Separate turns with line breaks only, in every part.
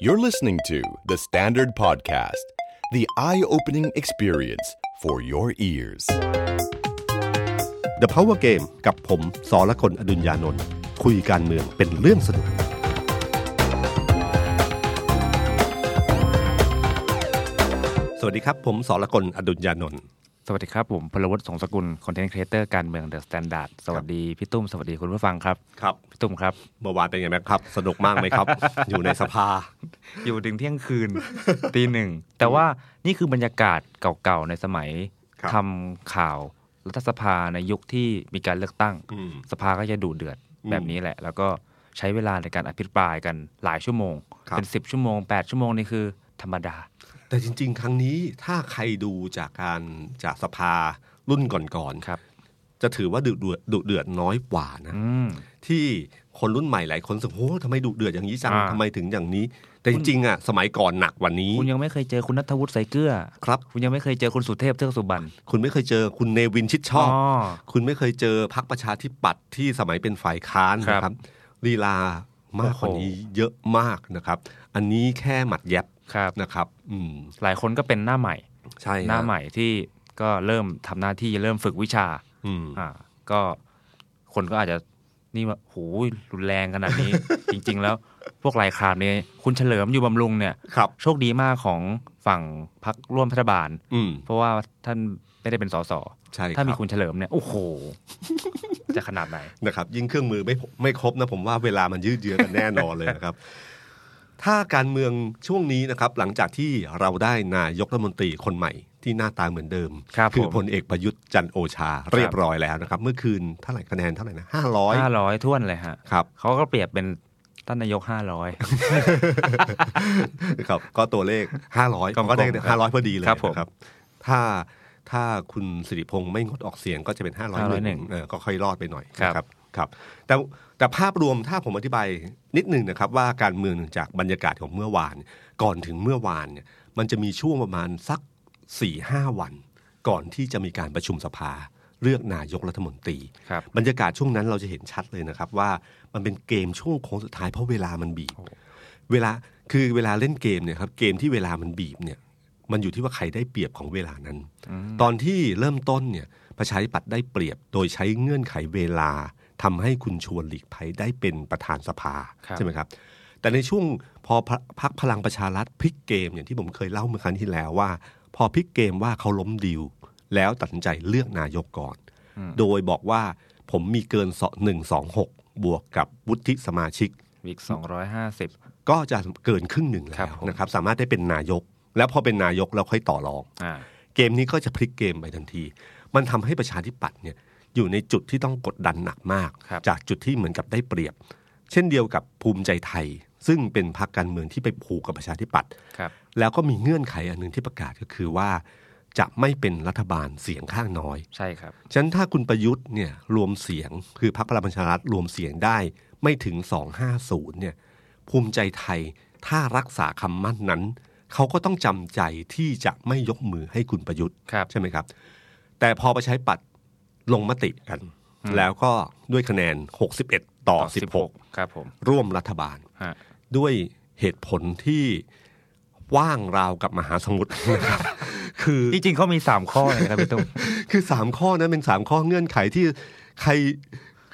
You're listening to The Standard Podcast, the eye opening experience for your ears.
The Power Game กับผมสอละคนอดุญญานนท์คุยการเมืองเป็นเรื่องสนุก สวัสดีครับ ผมสอละคนอดุญญานนท์
สวัสดีครับ ผมพลวัตสงสกุลคอนเทนต์ครีเอเตอร์การเมืองเดอะสแตนดาร์ดสวัสดี พี่ตุ้ม สวัสดีคุณผู้ฟังครับ
ครับ
พี่ตุ้มครับ
เมื่อวานเป็นไงบ้างครับ สนุกมากไหมครับ อยู่ในสภา
อยู่ถึงเที่ยงคืน ตีหนึ่ง แต่ว่านี่คือบรรยากาศเก่าๆ ในสมัย
ครับ
ทำข่าวรัฐสภาในยุคที่มีการเลือกตั้ง
อืม
สภาก็จะดูเดือด
อืม
แบบนี้แหละ แล้วก็ใช้เวลาในการอภิปรายกันหลายชั่วโมง
ครับ
เป็นสิบชั่วโมงแปดชั่วโมงนี่คือธรรมดา
แต่จริง ๆ ครั้งนี้ถ้าใครดูจากการจากสภารุ่นก่อน
ครับ
ๆจะถือว่าดุเดือดดุเดือดน้อยกว่านะ
อืม
ที่คนรุ่นใหม่หลายคนรู้สึกโอ้ทำไมดุเดือดอย่างนี้จัง
อ่า
ทำไมถึงอย่างนี้ แต่จริงๆอ่ะสมัยก่อนหนักกว่านี้
คุณยังไม่เคยเจอคุณนัทวุฒิใสเกลือ
ครับ
คุณยังไม่เคยเจอคุณสุเทพเทือกสุบรรณ
คุณไม่เคยเจอคุณเนวินชิดชอบ
อ๋อ
คุณไม่เคยเจอพักประชาธิปัตย์ที่สมัยเป็นฝ่ายค้าน
ครับ
นะครับลีลามากกว่า
โอ้โห
นี้เยอะมากนะครับ อันนี้แค่หมัดแยบ
ครับ
นะครับ อืม
หลายคนก็เป็นหน้าใหม่
ใช่ฮะ
หน้าใหม่ที่ก็เริ่มทำหน้าที่เริ่มฝึกวิชา
อืม
อ่า ก็คนก็อาจจะนี่ว่าโหยรุนแรงขนาด นี้ จริง ๆ แล้วพวกรายครามเนี่ยคุณเฉลิมอยู่บำรุงเนี่ย
ครับ
โชคดีมากของฝั่งพักร่วมรัฐบาล
อืม
เพราะว่าท่านไม่ได้เป็นสส
ใช่
ถ้ามี
รับ
คุณเฉลิมเนี่ย โอ้โห จะขนาดไหน
นะครับยิ่งเครื่องมือไม่ไม่ครบนะผมว่าเวลามันยืดเยื้อกันแน่นอนเลยนะครับ ถ้าการเมืองช่วงนี้นะครับ หลังจากที่เราได้นายกรัฐมนตรีคนใหม่ที่หน้าตาเหมือนเดิม
ครับ
คือ
ผม
พลเอกประยุทธ์จันทร์โอชา เรียบร้อยแล้วนะครับ เมื่อคืนเท่าไหร่คะแนนเท่าไหร่นะห้าร้อย
ห้าร้อยท่วนเลยฮะ
ครับ
เขาก็เปรียบเป็นท่านนายกห้าร้อย
ครับ ก็ตัวเลขห้าร้อย
กลมๆ
ก็ได้
ครั
ห้าร้อย
บ
พอดีเลย
ครับผม
นะครับ ถ้าถ้าคุณสิริพงษ์ไม่งดออกเสียงก็จะเป็นห้าร้อยหนึ่ง
501
ก็ค่อยรอดไปหน่อย
ครับ
นะครับครับ แต่แต่ภาพรวมถ้าผมอธิบายนิดหนึ่งนะครับ ว่าการเมืองจากบรรยากาศของเมื่อวาน ก่อนถึงเมื่อวานเนี่ยมันจะมีช่วงประมาณสักสี่ห้าวัน ก่อนที่จะมีการประชุมสภา เลือกนายกรัฐมนตรี
ครับ
บรรยากาศช่วงนั้นเราจะเห็นชัดเลยนะครับ ว่ามันเป็นเกมช่วงโค้งสุดท้ายเพราะเวลามันบีบ เวลาคือเวลาเล่นเกมเนี่ยครับเกมที่เวลามันบีบเนี่ย มันอยู่ที่ว่าใครได้เปรียบของเวลานั้น ตอนที่เริ่มต้นเนี่ยประชาธิปัตย์ได้เปรียบ โดยใช้เงื่อนไขเวลาทำให้คุณชวนหลีกภัยได้เป็นประธานสภา
ครับ
ใช่ไหมครับ แต่ในช่วงพอพรพักพลังประชารัฐพลิกเกมอย่างที่ผมเคยเล่าเมื่อครั้งที่แล้วว่า พอพลิกเกมว่าเขาล้มดิวแล้วตัดสินใจเลือกนายกก่อน
อืม
โดยบอกว่าผมมีเกินหนึ่งสองหกบวกกับวุฒิสมาชิก
อีกสองร้อยห้าสิบ
ก็จะเกินครึ่งหนึ่ง
ครั
แล้
บ
ว
ผม
นะครับ สามารถได้เป็นนายก แล้วพอเป็นนายกเราค่อยต่อรอง
อ่า
เกมนี้ก็จะพลิกเกมไปทันที มันทำให้ประชาธิปัตย์เนี่ยอยู่ในจุดที่ต้องกดดันหนักมาก
ครับ
จากจุดที่เหมือนกับได้เปรียบ เช่นเดียวกับภูมิใจไทย ซึ่งเป็นพรรคการเมืองที่ไปผูกกับประชาธิปัตย์
ครับ
แล้วก็มีเงื่อนไขอันหนึ่งที่ประกาศก็คือว่า จะไม่เป็นรัฐบาลเสียงข้างน้อย
ใช่ครับ
ฉะนั้นถ้าคุณประยุทธ์เนี่ยรวมเสียงคือพรรคพลังประชารัฐรวมเสียงได้ไม่ถึง 250เนี่ยภูมิใจไทยถ้ารักษาคำมั่นนั้น เขาก็ต้องจำใจที่จะไม่ยกมือให้คุณประยุทธ์
ครับ
ใช่ไหมครับ แต่พอประชาธิปัดลงมติกัน แล้วก็ด้วยคะแนน 61 ต่อ
ครับผม
16 ร่วมรัฐบาล
ฮะ
ด้วยเหตุผลที่ว่างราวกับมหาสมุทร นะครับ คือ
จริงๆเขามีสามข้อนะครับพี่ตุ้ม
คือสามข้อนั้นเป็นสามข้อเงื่อนไขที่ใคร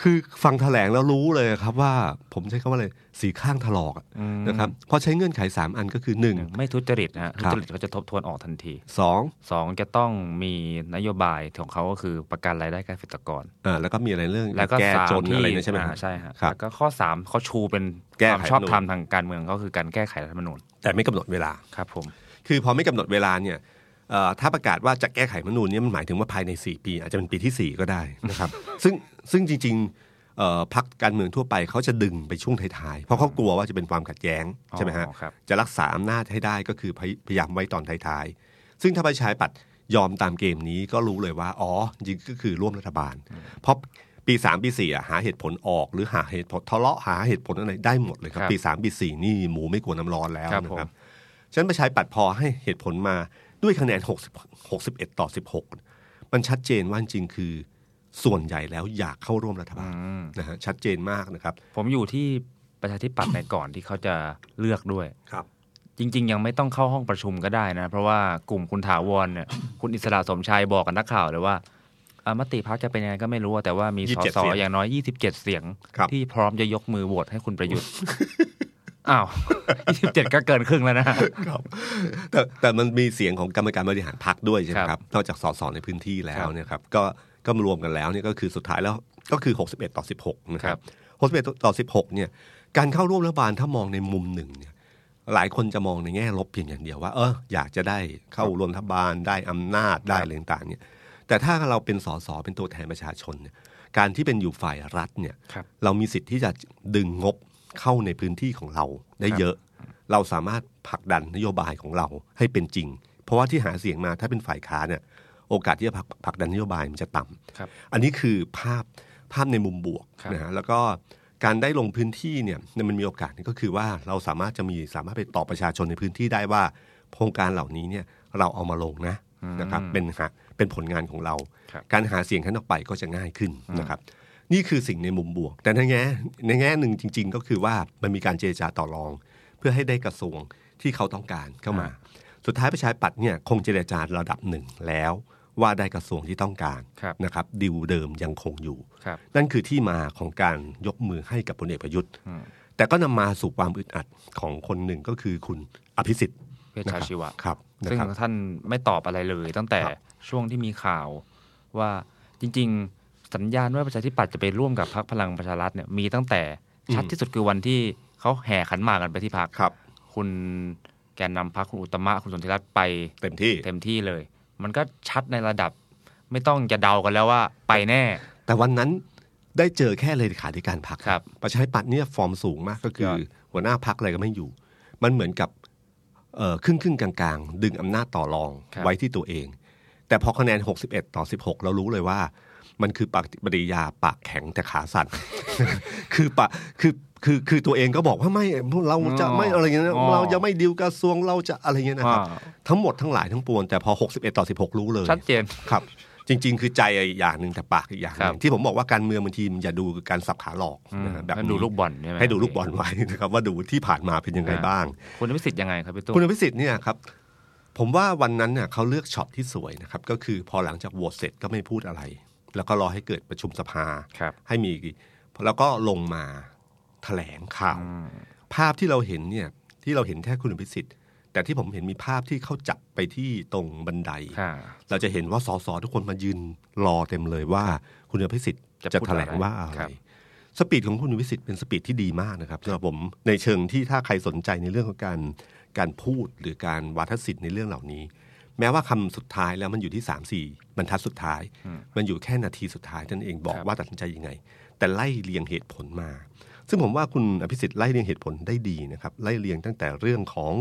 คือฟังแถลงแล้วรู้เลยครับว่าผมใช้คำว่าอะไรสีข้างถลอกอะ
อืม
นะครับเพราะใช้เงื่อนไขสามอันก็คือหนึ่ง
ไม่ทุจริตนะฮะ
ครั
ทุ
บ
จริตเขาจะทบทวนออกทันที
สอง
สองจะต้องมีนโยบายของเขาก็คือประกันรายได้เกษตรกร
อ่าแล้วก็มีอะไรเรื่อง
แล้วก็
แก้
สาม
จน
ที่
อะไรเนี่ยใช่ไหมครั
อ่า
บ
ใช่ฮะ
ครับ
แล้วก็ข้อสามเขาชูเป็น
แก้
ค
ไข
วามชอบธรรมทางการเมืองก็คือการแก้ไขรัฐธรรมนูญ
แต่ไม่กำหนดเวลา
ครับผม
คือพอไม่กำหนดเวลาเนี่ยเอ่อถ้าประกาศว่าจะแก้ไขรัฐธรรมนูญเนี่ยมันหมายถึงว่าภายใน 4 ปี อาจจะเป็นปีทีสี่4 ก็ได้นะครับ ซึ่งซึ่งจริงๆเอ่อพรรคการเมืองทั่วไปเขาจะดึงไปช่วงท้ายๆเพราะเขากลัวว่าจะเป็นความขัดแย้งใช่ไหมฮะ
อ๋อครับ
จะรักษาอำนาจให้ได้ก็คือพยพยายามไว้ตอนท้ายๆ ซึ่งถ้าประชาธิปัตย์ยอมตามเกมนี้ก็รู้เลยว่าอ๋อจริงก็คือร่วมรัฐบาล เพราะปีสามปีสี่อะหาเหตุผลออก หรือหาเหตุผลทะเลาะหาเหตุผลอะไรได้หมดเลยครับ
ครับ
ปีสามปีสี่นี่หมูไม่กลัวน้ำร้อนแล้ว
ครับ
นะ
ผม
ครับ ฉะนันประชาธิปัดพอให้เหตุผลมาด้วยคะแนน60 61 ต่อ 16 มันชัดเจนว่าจริงๆคือ ส่วนใหญ่แล้วอยากเข้าร่วมรัฐบาลนะฮะชัดเจนมากนะครับ
ผมอยู่ที่ประชาธิปัตย์ในก่อนที่เขาจะเลือกด้วย
ครับ
จริง ๆ ยังไม่ต้องเข้าห้องประชุมก็ได้นะ เพราะว่ากลุ่มคุณถาวรเนี่ย คุณอิสระสมชายบอกกับนักข่าวเลยว่าอ่ะมติพักจะเป็นยังไงก็ไม่รู้อะแต่ว่ามี
ยี่
ส
สิบเจ็ด
ส
เสียง
อย่างน้อย 27 เสียง
ครับ
ที่พร้อมจะยกมือโหวตให้คุณประยุทธ์ อ้าว 27 ก็เกินครึ่งแล้วนะ
แต่แต่มันมีเสียงของกรรมการบริหารพักด้วยใช่ไหม
ค
ค
รั
รั
บบ
นอกจากสสในพื้นที่แล้
คว รับ
เนี่ยครับก็ก็มารวมกันแล้วเนี่ยก็คือสุดท้ายแล้วก็คือ 61 ต่อ 16 นะค
ครั
รั
บบ
61 ต่อ 16 เนี่ยการเข้าร่วมรัฐบาลถ้ามองในมุมหนึ่งเนี่ยหลายคนจะมองในแง่ลบเพียงอย่างเดียวว่า เอออยากจะได้เข้าร่วมรัฐบาลได้อำนาจได้
ครับ
อะไรต่างๆเนี่ยแต่ถ้าเราเป็นสสเป็นตัวแทนประชาชนเนี่ยการที่เป็นอยู่ฝ่ายรัฐเนี่ย
ครับ
เรามีสิทธิ์ที่จะดึงงบเข้าในพื้นที่ของเราได้เยอะ เราสามารถผลักดันนโยบายของเราให้เป็นจริง เพราะว่าที่หาเสียงมาถ้าเป็นฝ่ายค้านเนี่ยโอกาสที่จะผลักผลักดันนโยบายมันจะต่ำ
ครับ
อันนี้คือภาพภาพในมุมบวก
ครับ
นะฮะแล้วก็การได้ลงพื้นที่เนี่ยมันมีโอกาสก็คือว่าเราสามารถจะมีสามารถไปตอบประชาชนในพื้นที่ได้ว่าโครงการเหล่านี้เนี่ยเราเอามาลงนะนะครับเป็นหาเป็นผลงานของเรา
ครับ
การหาเสียงขั้นออกไปก็จะง่ายขึ้นนะครับ นี่คือสิ่งในมุมบวก แต่ในแง่ในแง่หนึ่งจริง ๆ ก็คือว่ามันมีการเจรจาต่อรอง เพื่อให้ได้กระทรวงที่เขาต้องการเข้ามา สุดท้ายประชาธิปัตย์เนี่ยคงเจรจาระดับหนึ่งแล้วว่าได้กระทรวงที่ต้องการ
ครับ
นะครับดิวเดิมยังคงอยู่
ครับ
นั่นคือที่มาของการยกมือให้กับพลเอกประยุทธ์
อืม
แต่ก็นำมาสู่ความอึดอัดของคนหนึ่งก็คือคุณอภิสิทธิ์
เวชชาชีวะ
ครับนะ
ซึ่ง
ครับ
ท่านไม่ตอบอะไรเลย ตั้งแต่
ครับ
ช่วงที่มีข่าวว่าจริง ๆ สัญญาณว่าประชาธิปัตย์จะไปร่วมกับพรรคพลังประชารัฐเนี่ยมีตั้งแต่ชัด
อืม
ที่สุดคือวันที่เขาแห่ขันหมากกันไปที่พัก
ครับ
คุณแกนนำพักคุณอุตตมะคุณสนธิรัตน์ไป
เต็มที่
เต็มที่เลย มันก็ชัดในระดับ ไม่ต้องจะเดากันแล้วว่าไปแน่
แต่วันนั้นได้เจอแค่เลขาธิการพรรค
ครับ
ประชาธิปัตย์เนี่ยฟอร์มสูงมากก็คื
ย
อ
อด
หัวหน้าพักอะไรก็ไม่อยู่ มันเหมือนกับเอ่อครึ่งครึ่งๆกลางๆ ดึงอำนาจต่อรอง
ครับ
ไว้ที่ตัวเอง แต่พอคะแนน 61 ต่อ 16 เรารู้เลยว่า มันคือปฏิปริยาปากแข็งแต่ขาสั่น คือปะคือคือคือตัวเองก็บอกว่าไม่เราจะไม่อะไรอย่างเงี้ยเราจะไม่ดิวกระทรวงเราจะอะไรอย่างเงี้ยนะครับ
อ่า
ทั้งหมดทั้งหลายทั้งปวงแต่พอ 61 ต่อ 16 รู้เลย
ชัดเจน
ครับจริงๆ คือใจอย่างหนึ่งแต่ปากอีกอย่างห
ครั
นึ่
บ
งที่ผมบอกว่าการเมืองบางทีมันอย่าดูการสับขาหลอกนะฮะแบบ
ให้
นี้
ดูลูกบอลใช่ไหม
ให้ดูลูกบอลไว้ นะครับว่าดูที่ผ่านมาเป็นยังไงบ้าง
คุณพิสิทธิ์ยังไงครับพี่ตุ้ม
คุณพิสิทธิ์เนี่ยครับผมว่าวันนั้นเนี่ยเขาเลือกช็อตที่สวยนะครับก็คือพอหลังจากโหวตเสร็จก็ไม่พูดอะไร แล้วก็รอให้เกิดประชุมสภา
ครับ
ให้มีแล้วก็ลงมาแถลงข่าว ภาพที่เราเห็นเนี่ยที่เราเห็นแค่คุณพิสิทธิ์ แต่ที่ผมเห็นมีภาพที่เขาจับไปที่ตรงบันได
ค่ะ
เราจะเห็นว่าสสทุกคนมายืนรอเต็มเลยว่า คุณอภิสิทธิ์
จะ
จะ
พูด
แถลงว่าอะ
ค
ไร
รับ
สปีดของคุณอภิสิทธิ์เป็นสปีดที่ดีมากนะครับสำหรับผมในเชิงที่ถ้าใครสนใจในเรื่องของการการพูดหรือการวาทศิลป์ในเรื่องเหล่านี้ แม้ว่าคำสุดท้ายแล้วมันอยู่ที่3ามสี่บรรทัดสุดท้าย มันอยู่แค่นาทีสุดท้ายนั่นเองบอก
ครับ
ว่าตัดสินใจยังไง แต่ไล่เรียงเหตุผลมา ซึ่งผมว่าคุณอภิสิทธิ์ไล่เรียงเหตุผลได้ดีนะครับไล่เรียงตั้งแต่เรื่องของ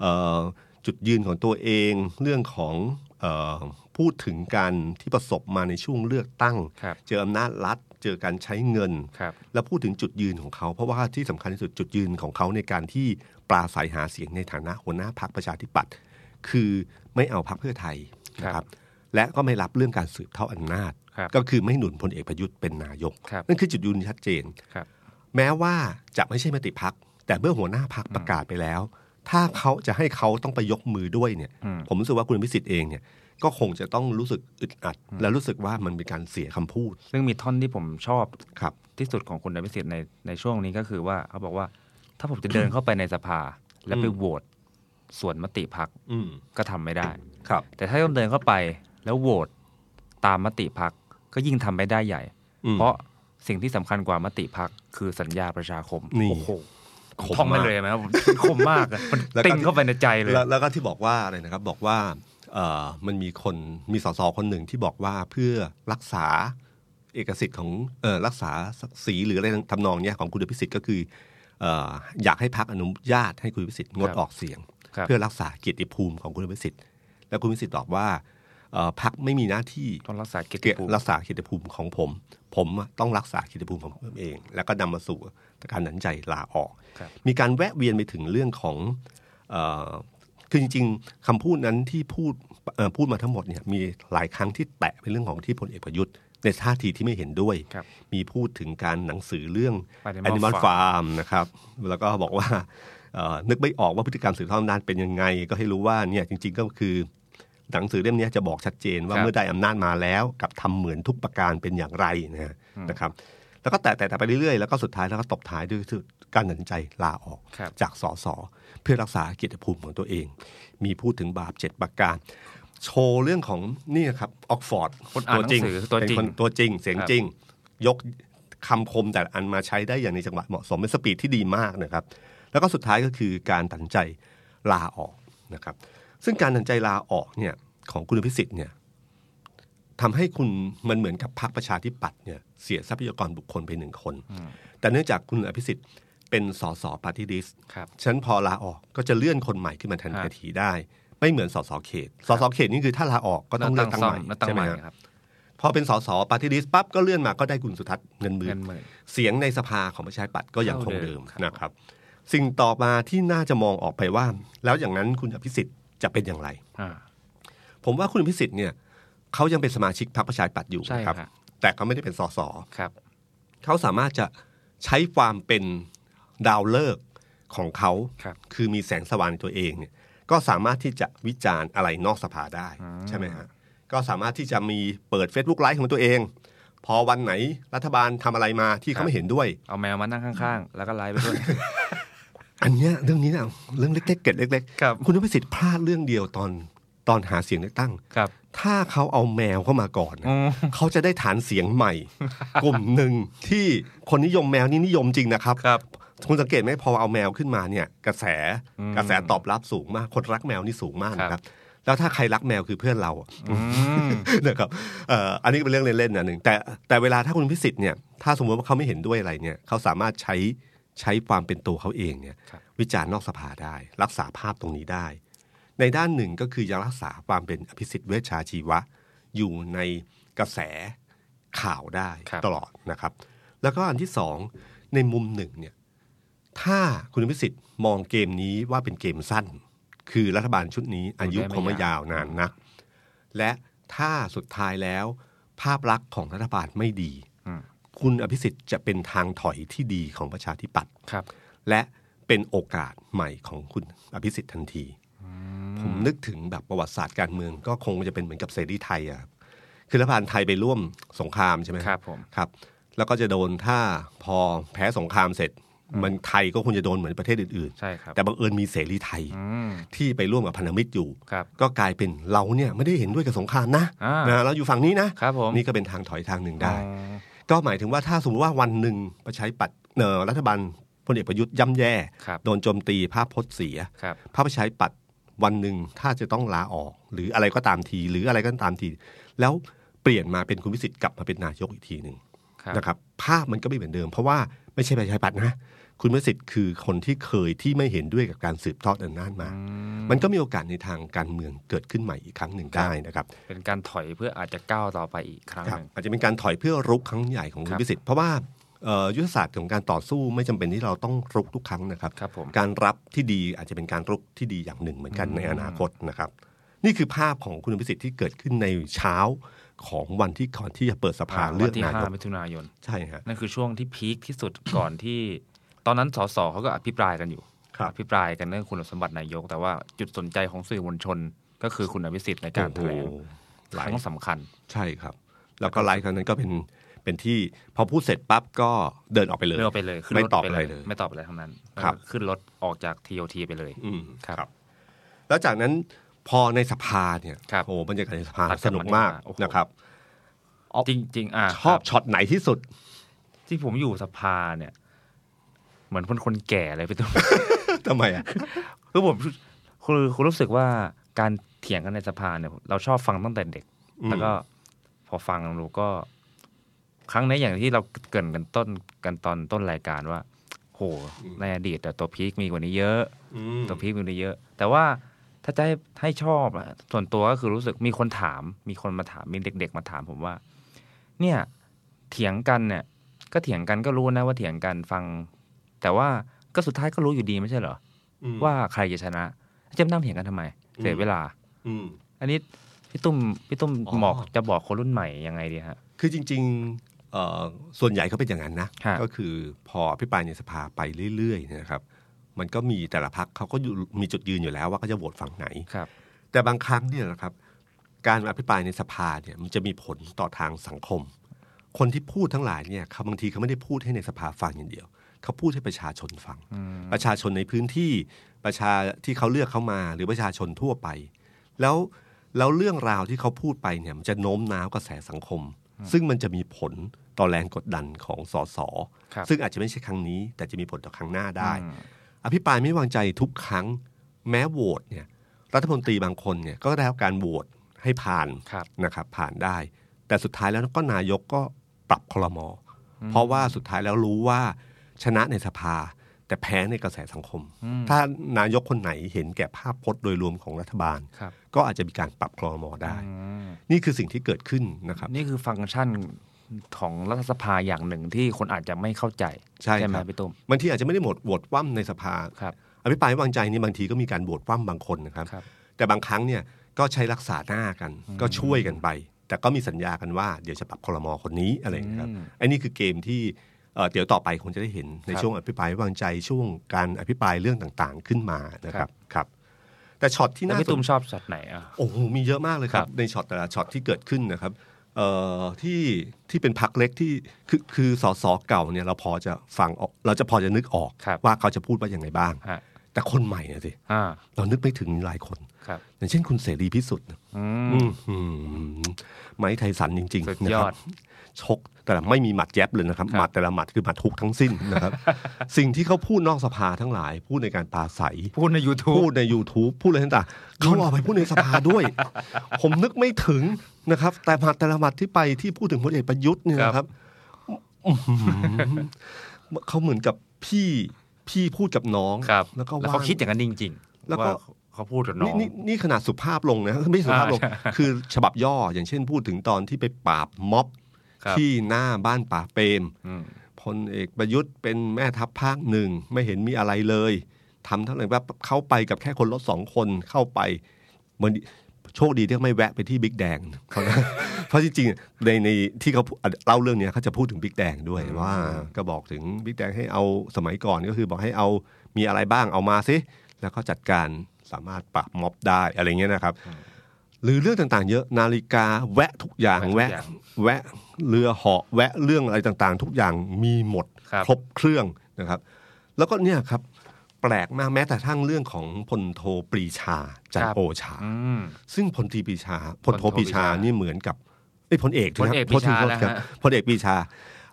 เอ่อจุดยืนของตัวเองเรื่องของเออพูดถึงการที่ประสบมาในช่วงเลือกตั้ง
ครับ
เจออำนาจรัฐ เจอการใช้เงิน
ครับ
แล้วพูดถึงจุดยืนของเขา เพราะว่าที่สำคัญที่สุดจุดยืนของเขาในการที่ปราศัยหาเสียงในฐานะหัวหน้าพรรคประชาธิปัตย์คือไม่เอาพรรคเพื่อไทยนะ
ค
ค
รั
รั
บบ
และก็ไม่รับเรื่องการสืบทอดอำนาจ
ครับ
ก็คือไม่หนุนพลเอกประยุทธ์เป็นนายก
ครับ
นั่นคือจุดยืนที่ชัดเจน
ครับ
แม้ว่าจะไม่ใช่มติพัก แต่เมื่อหัวหน้าพักประกาศไปแล้ว ถ้าเขาจะให้เขาต้องไปยกมือด้วยเนี่ย
อืม
ผมรู้สึกว่าคุณพิสิทธิ์เองเนี่ย ก็คงจะต้องรู้สึกอึดอัด และรู้สึกว่ามันเป็นการเสียคำพูด
ซึ่งมีท่อนที่ผมชอบ
ครับ
ที่สุดของคุณอภิสิทธิ์ในในช่วงนี้ก็คือว่าเขาบอกว่า ถ้าผมจะเดิน เข้าไปในสภา แล้วไปโหวตส่วนมติพัก
อืม
ก็ทำไม่ได้
ครับ
แต่ถ้าต้องเดินเข้าไปแล้วโหวตตามมติพักก็ยิ่งทำไม่ได้ใหญ่
อืม
เพราะสิ่งที่สำคัญกว่ามติพักคือสัญญาประชาคม
นี่
โอ้โห
คม
ท่องไป
มาก
เลยไหมครับผมคมมากอะมัน
แล้วก็
ติ้งเข้าไปในใจเลย
แล้วแล้วก็ที่บอกว่าอะไรนะครับบอกว่าเอ่อมันมีคนมีสสคนหนึ่งที่บอกว่าเพื่อรักษาเอกสิทธิ์ของเอ่อรักษาศักดิ์ศรีหรืออะไรทำนองเนี้ยของคุณพิสิทธิ์ก็คือเอ่ออยากให้พักอนุญาตให้คุณพิสิทธิ์งด
ครับ
ออกเสียง
ครับ
เพื่อรักษาเกียรติภูมิของคุณพิสิทธิ์ แล้วคุณพิสิทธิ์ตอบว่าเอ่อพักไม่มีหน้าที่
ต้องรักษาเกียร
เกี
ติ
ยรติ
ภูมิ
รักษาเกียรติภูมิของผม ผมอะต้องรักษาเกียรติภูมิของผมเอง แล้วก็นำมาสู่การตัดสินใจลาออก
ครับ
มีการแวะเวียนไปถึงเรื่องของเอ่อคือจริงๆคำพูดนั้นที่พูดเอ่อพูดมาทั้งหมดเนี่ยมีหลายครั้งที่แตะเป็นเรื่องของที่พลเอกประยุทธ์ในท่าทีที่ไม่เห็นด้วย
ครับ
มีพูดถึงการหนังสือเรื่อง
Animal
Animal
Farm
Farm นะครับ แล้วก็บอกว่า เอ่อนึกไม่ออกว่าพฤติกรรมสืบทอดอำนาจเป็นยังไง ก็ให้รู้ว่าเนี่ยจริง ๆก็คือ หนังสือเล่มเนี้ยจะบอกชัดเจนว่า
ครับ
เมื่อได้อำนาจมาแล้วกับทำเหมือนทุกประการเป็นอย่างไรนะฮะนะครับ แล้วก็แต่แต่ไปเรื่อยๆแล้วก็สุดท้ายแล้วก็ตบท้ายด้วยการตัดสินใจลาออก
ครับ
จากสสเพื่อรักษาเกียรติภูมิของตัวเอง มีพูดถึงบาปเจ็ดประการ โชว์เรื่องของนี่ครับออกฟอร์ด
คนอ่านหนังสือตัวจริ
เป็
ง
นคนตัวจริงเสียงจริง ยกคำคมแต่ละอันมาใช้ได้อย่างในจังหวะเหมาะสมเป็นสปีดที่ดีมากนะครับ แล้วก็สุดท้ายก็คือการตัดสินใจลาออกนะครับ ซึ่งการตัดสินใจลาออกเนี่ยของคุณอภิสิทธิ์เนี่ยทำให้คุณมันเหมือนกับพรรคประชาธิปัตย์เนี่ยเสียทรัพยากรบุคคลไปหนึ่งคน แต่เนื่องจากคุณอภิสิทธิ์เป็นสสปาร์ตี้ลิส
ครับ
ฉะนันพอลาออกก็จะเลื่อนคนใหม่ขึ้นมาทัน
ครับ
ทีได้ ไม่เหมือนสสเขตสสเขตนี่คือถ้าลาออกก็ต้องเลือกตั้งใหม่
แล้วตั้ง
ใช่
ให
ไหม
ม่
ครับ
ครับ
พอเป็นสสปาร์ตี้ลิสปั๊บก็เลื่อนมาก็ได้คุณสุทัศน์เงินหมือ
เงิ
น
นหมื่น
เสียงในสภาของประชาธิปัตย์ก็ยังคงเดิม
เท่าเดิม
นะครับ สิ่งต่อมาที่น่าจะมองออกไปว่า แล้วอย่างนั้นคุณอภิสิทธิ์จะเป็นอย่างไร
อ่า
ผมว่าคุณอภิสิทธิ์เนี่ยเขายังเป็นสมาชิกพรรคประชาธิปัตย์อยู่
ใช่
นะครับ
ครับ
แต่เขาไม่ได้เป็นสส
ครับ
เขาสามารถจะใช้ความเป็นดาวฤกษ์ของเขา
ครับ
คือมีแสงสว่างในตัวเองเนี่ยก็สามารถที่จะวิจารณ์อะไรนอกสภาได้ใช่ไหมฮะก็สามารถที่จะมีเปิด Facebook ไลฟ์ของตัวเอง พอวันไหนรัฐบาลทำอะไรมาที่
ครั
เขา
บ
ไม่เห็นด้วย
เอาแมวมานั่งข้างๆ แล้วก็ไลฟ์ไปด้วย
อันเนี้ยเรื่องนี้นะเรื่องเล็กๆเกร็ดเล็ก
ครับ
คุณอภิสิทธิ์พลาดเรื่องเดียวตอนตอนหาเสียงเลือกตั้ง
ครับ
ถ้าเขาเอาแมวเข้ามาก่อนนะ
อืม
เขาจะได้ฐานเสียงใหม่ กลุ่มหนึ่งที่คนนิยมแมวนี่นิยมจริงนะครับ
ครับ
คุณสังเกตไหมพอเอาแมวขึ้นมาเนี่ย กระแส
อืม
กระแสตอบรับสูงมาก คนรักแมวนี่สูงมากนะค
ครั
รับ
บ
แล้วถ้าใครรักแมวคือเพื่อนเรา
อืม
นะครับเอ่ออันนี้ก็เป็นเรื่องเล่นๆนะหนึ่งแต่แต่เวลาถ้าคุณพิสิทธิ์เนี่ยถ้าสมมติว่าเขาไม่เห็นด้วยอะไรเนี่ยเขาสามารถใช้ใช้ความเป็นตัวเขาเองเนี่ย
ครับ
วิจารณ์นอกสภาได้ รักษาภาพตรงนี้ได้ ในด้านหนึ่งก็คือยังรักษาความเป็นอภิสิทธิ์เวชชาชีวะ อยู่ในกระแสข่าวได้
ครับ
ตลอดนะครับ แล้วก็อันที่สองในมุมหนึ่งเนี่ยถ้าคุณพิสิทธิ์มองเกมนี้ว่าเป็นเกมสั้น คือรัฐบาลชุดนี้อายุคงไม่ยาวนานนัก และถ้าสุดท้ายแล้ว ภาพลักษณ์ของรัฐบาลไม่ดี
อืม
คุณอภิสิทธิ์จะเป็นทางถอยที่ดีของประชาธิปัตย์
ครับ
และเป็นโอกาสใหม่ของคุณอภิสิทธิ์ทันที ผมนึกถึงแบบประวัติศาสตร์การเมืองก็คงจะเป็นเหมือนกับเสรีไทยอะครับคือรัฐบาลไทยไปร่วมสงครามใช่ไหม
ครับผม
ครับ แล้วก็จะโดนถ้าพอแพ้สงครามเสร็จ มันไทยก็คงจะโดนเหมือนประเทศอื่น
ใช่ครั
ๆ
บ
แต่บังเอิญมีเสรีไทย
อืม
ที่ไปร่วมกับพันธมิตรอยู่
ครับ
ก็กลายเป็นเราเนี่ยไม่ได้เห็นด้วยกับสงครามนะ
อ่าน
นะเราอยู่ฝั่งนี้นะครับ
ผม
นี่ก็เป็นทางถอยทางหนึ่งได้
อ๋อ
ก็หมายถึงว่าถ้าสมมติว่าวันหนึ่งประชาธิปัตย์เอ่อรัฐบาลพลเอกประยุทธ์ย่ำแย่
ครับ
โดนโจมตีภาพพจน์เสีย
ครับ
พระประชาธิปัตย์วันหนึ่งถ้าจะต้องลาออก หรืออะไรก็ตามที หรืออะไรก็ตามที แล้วเปลี่ยนมาเป็นคุณวิสิทธิ์กลับมาเป็นนายกอีกทีหนึ่ง
ครับ
นะครับภาพมันก็ไม่เหมือนเดิม เพราะว่าไม่ใช่ประชาธิปัตย์นะคุณวิสิทธิ์คือคนที่เคยที่ไม่เห็นด้วยกับการสืบทอดอำนาจมา มันก็มีโอกาสในทางการเมืองเกิดขึ้นใหม่อีกครั้งหนึ่งได้นะครับ
เป็นการถอยเพื่ออาจจะก้าวต่อไปอีกครั้ง
ครั
ห
บ
นึ่ง
อาจจะเป็นการถอยเพื่อรุกครั้งใหญ่ของคุ
ค
ณ
รับ
พิสิทธิ์เพราะว่าเอ่อยุทธศาสตร์ของการต่อสู้ไม่จำเป็นที่เราต้องรุกทุกครั้งนะครับ
ครับผม
การรับที่ดีอาจจะเป็นการรุกที่ดีอย่างหนึ่งเหมือนกันในอนาคตนะครับ นี่คือภาพของคุณพิสิทธิ์ที่เกิดขึ้นในเช้าของวันที่ก่อนที่จะเปิดสภา
า
เลื
วั
อก
ที่
นายก
5มิถุนายน
ใช่ฮะ
นั่นคือช่วงที่พีคที่สุด ก่อนที่ ตอนนั้นสสเขาก็อภิปรายกันอยู่
ครับ
อภิปรายกันเรื่องคุณสมบัตินายก แต่ว่าจุดสนใจของสื่อมวลชนก็คือคุณอภิสิทธิ์ในการ
โอ้
แถ
โหห
ลงค
ลาย
รั้งสำคัญ
ใช่ครับ แล้วก็ไลฟ์ครั้งนั้นก็เป็นเป็นที่พอพูดเสร็จปั๊บก็เดินออกไปเลย
เลือกไปเลยขึ้น
ไม่
รถ
ตอบ
ป
อะไรเลย
ไม่ตอบอะไรทั้งนั้น
ครับ
แล้วก็ขึ้นรถออกจาก TOT ไปเลย
อืม
ครับ
แล้วจากนั้นพอในสภาเนี่ย
ครับ
โอ้โหบรรยากาศในสภา
ตัดก
ส
ลับมา
นุกมาก
ที่สภาโอ้โห
นะครับ
จริง ๆ อ่ะ
ชอบ
ครั
ช็อตไหนที่สุด
ที่ผมอยู่สภาเนี่ย เหมือนคนคนแก่เลยพี่ตุ้ม
ทำไมอ่ะ
คือผมคือคุณรู้สึกว่าการเถียงกันในสภาเนี่ยเราชอบฟังตั้งแต่เด็ก
อืม
แล้วก็พอฟังดูก็ ครั้งนี้อย่างที่เราเกรินกันต้นกันตอนต้นรายการว่า โหในอดีตแต่ตัวพีคมีกว่านี้เยอะ ตัวพีคมีกว่านี้เยอะ แต่ว่าถ้าจะให้ให้ชอบอะส่วนตัวก็คือรู้สึกมีคนถาม มีคนมาถามมีเด็ก ๆ มาถามผมว่า เนี่ย เถียงกันเนี่ย ก็เถียงกันก็รู้นะว่าเถียงกันฟัง แต่ว่าก็สุดท้ายก็รู้อยู่ดีไม่ใช่เหรอ ว่าใครจะชนะจะมานั่งเถียงกันทำไม เสียเวลา
อืม
อันนี้พี่ตุ้มพี่ตุ้ม
อ๋อ
บอกจะบอกคนรุ่นใหม่ยังไงดีฮะ
คือจริงๆเอ่อส่วนใหญ่เขาเป็นอย่างนั้นนะ
ฮะ
ก็คือพอพิปรายในสภาไปเรื่อยๆเนยนะครับ มันก็มีแต่ละพักเขาก็อยู่มีจุดยืนอยู่แล้วว่าเขาจะโหวตฝั่งไหน
ครับ
แต่บางครั้งเนี่ยนะครับ การอภิปรายในสภาเนี่ยมันจะมีผลต่อทางสังคม คนที่พูดทั้งหลายเนี่ยเขาบางทีเขาไม่ได้พูดให้ในสภาฟังอย่างเดียว เขาพูดให้ประชาชนฟัง ประชาชนในพื้นที่ประชาที่เขาเลือกเขามาหรือประชาชนทั่วไป แล้วแล้วเรื่องราวที่เขาพูดไปเนี่ยมันจะโน้มน้าวกระแสสังคม ซึ่งมันจะมีผลต่อแรงกดดันของสส
ครับ
ซึ่งอาจจะไม่ใช่ครั้งนี้ แต่จะมีผลต่อครั้งหน้าได้
อืม
อภิปรายไม่วางใจทุกครั้งแม้โหวตเนี่ยรัฐมนตรีบางคนเนี่ยก็ได้รับการโหวตให้ผ่าน
ครับ
นะครับผ่านได้ แต่สุดท้ายแล้วก็นายกก็ปรับคลมอเพราะว่าสุดท้ายแล้วรู้ว่าชนะในสภา แต่แพ้ในกระแสสังคม
อืม
ถ้านายกคนไหนเห็นแก่ภาพพจน์โดยรวมของรัฐบาล
ครับ
ก็อาจจะมีการปรับคลมอได้
อืม
นี่คือสิ่งที่เกิดขึ้นนะครับ
นี่คือฟังก์ชันของรัฐสภาอย่างหนึ่งที่คนอาจจะไม่เข้าใจ
ใช่
ไหม
ครับ
พี่ตุ้ม
บางทีอาจจะไม่ได้หมดโหวตว่ำในสภา
ครับ
อภิปรายไม่วางใจนี่บางทีก็มีการโหวตว่ำบางคนนะครับ
ครับ
แต่บางครั้งเนี่ยก็ใช้รักษาหน้ากัน ก็ช่วยกันไป แต่ก็มีสัญญากันว่าเดี๋ยวจะปรับคลมอคนนี้อะไรอย่างเงี้ยครับ
อืม
ไอ้นี่คือเกมที่เอ่อเดี๋ยวต่อไปคงจะได้เห็นใน
ครับ
ช่วงอภิปรายไม่วางใจช่วงการอภิปรายเรื่องต่างๆ ขึ้นมานะค
ครั
รับ บครับ แต่ช็อตที่
แล้ว
น่า
พี่
ส
ตุ้
น
มชอบช็อตไหนอ่ะ
โอ้โหมีเยอะมากเลยครั
ครับ บ
ในช็อตแต่ละช็อตที่เกิดขึ้นนะครับเอ่อที่ที่เป็นพักเล็กที่คือคือสสเก่าเนี่ยเราพอจะฟังออกเราจะพอจะนึกออก
ครับ
ว่าเขาจะพูดว่าอย่างไงบ้าง
ฮะ
แต่คนใหม่เนี่ยสิ
อ่า
เรานึกไม่ถึงหลายคน
ครับ
อย่างเช่นคุณเสรีพิสุทธิ์นะ
อืม
อืมไม้ไทสันจริง
สุด
ๆนะ
ย
ค
อ
รั
ด
บชกแต่ละไม่มีหมัดแย็บเลยนะครับ
ครับ
หมัดแต่ละหมัดคือหมัดทุกทั้งสิ้น นะครับ สิ่งที่เขาพูดนอกสภาทั้งหลาย พูดในการปราศัย
พูดใน
พู
YouTube
ดใน YouTube พูดอะไรต่างๆเขาเอาไปพูดในสภาด้วย ผมนึกไม่ถึงนะครับ แต่หมัดแต่ละหมัดที่ไปที่พูดถึงพลเอกประยุทธ์เนี่ยนะครับอื้อหือเขาเหมือนกับพี่พี่พูดกับน้อง
ครับ
แล้วก็
แล้ว
ว่า
เขาคิดอย่างนั้นจริงๆ
แล้วก็
าเขาพูดกับน้อง
นี่นี่นี่ขนาดสุภาพลงนะ ไม่ใช่สุภาพลง คือฉบับย่ออย่างเช่นพูดถึงตอนที่ไปปราบม็อบ
ครับ
ที่หน้าบ้านป่าเปรม
อืม
พลเอกประยุทธ์เป็นแม่ทัพภาคหนึ่งไม่เห็นมีอะไรเลยทำเท่าไหร่ว่าเข้าไปกับแค่คนรถสองคนเข้าไปเหมือนโชคดีที่ไม่แวะไปที่บิ๊กแดง เพราะ เพราะจริงๆในในที่เขาเล่าเรื่องเนี้ยเขาจะพูดถึงบิ๊กแดงด้วยว่าก็บอกถึงบิ๊กแดงให้เอาสมัยก่อนก็คือบอกให้เอามีอะไรบ้างเอามาสิแล้วก็จัดการสามารถปราบม็อบได้อะไรเงี้ยนะครับ หรือเรื่องต่างๆ เยอะนาฬิกาแวะทุกอย่าง
แวะ
แวะ
ทุกอย่าง
แวะเรือเหาะแวะเรื่องอะไรต่างๆ ทุกอย่างมีหมด
ครับ
ครบเครื่องนะครับ แล้วก็เนี่ยครับ แปลกมากแม้แต่ทั้งเรื่องของพลโทปรีชาจันทร์โอชา
อืม
ซึ่งพลตรีปรีชาพลโท
พลโท
ปรีชา
ปรีชานี่
นี่เหมือนกับไอ้ยพลเอก
พลเอก
โทษที
ปรี
โทษ
ชา
ทีค
นะ
รับ
ฮะ
พลเอกปรีชา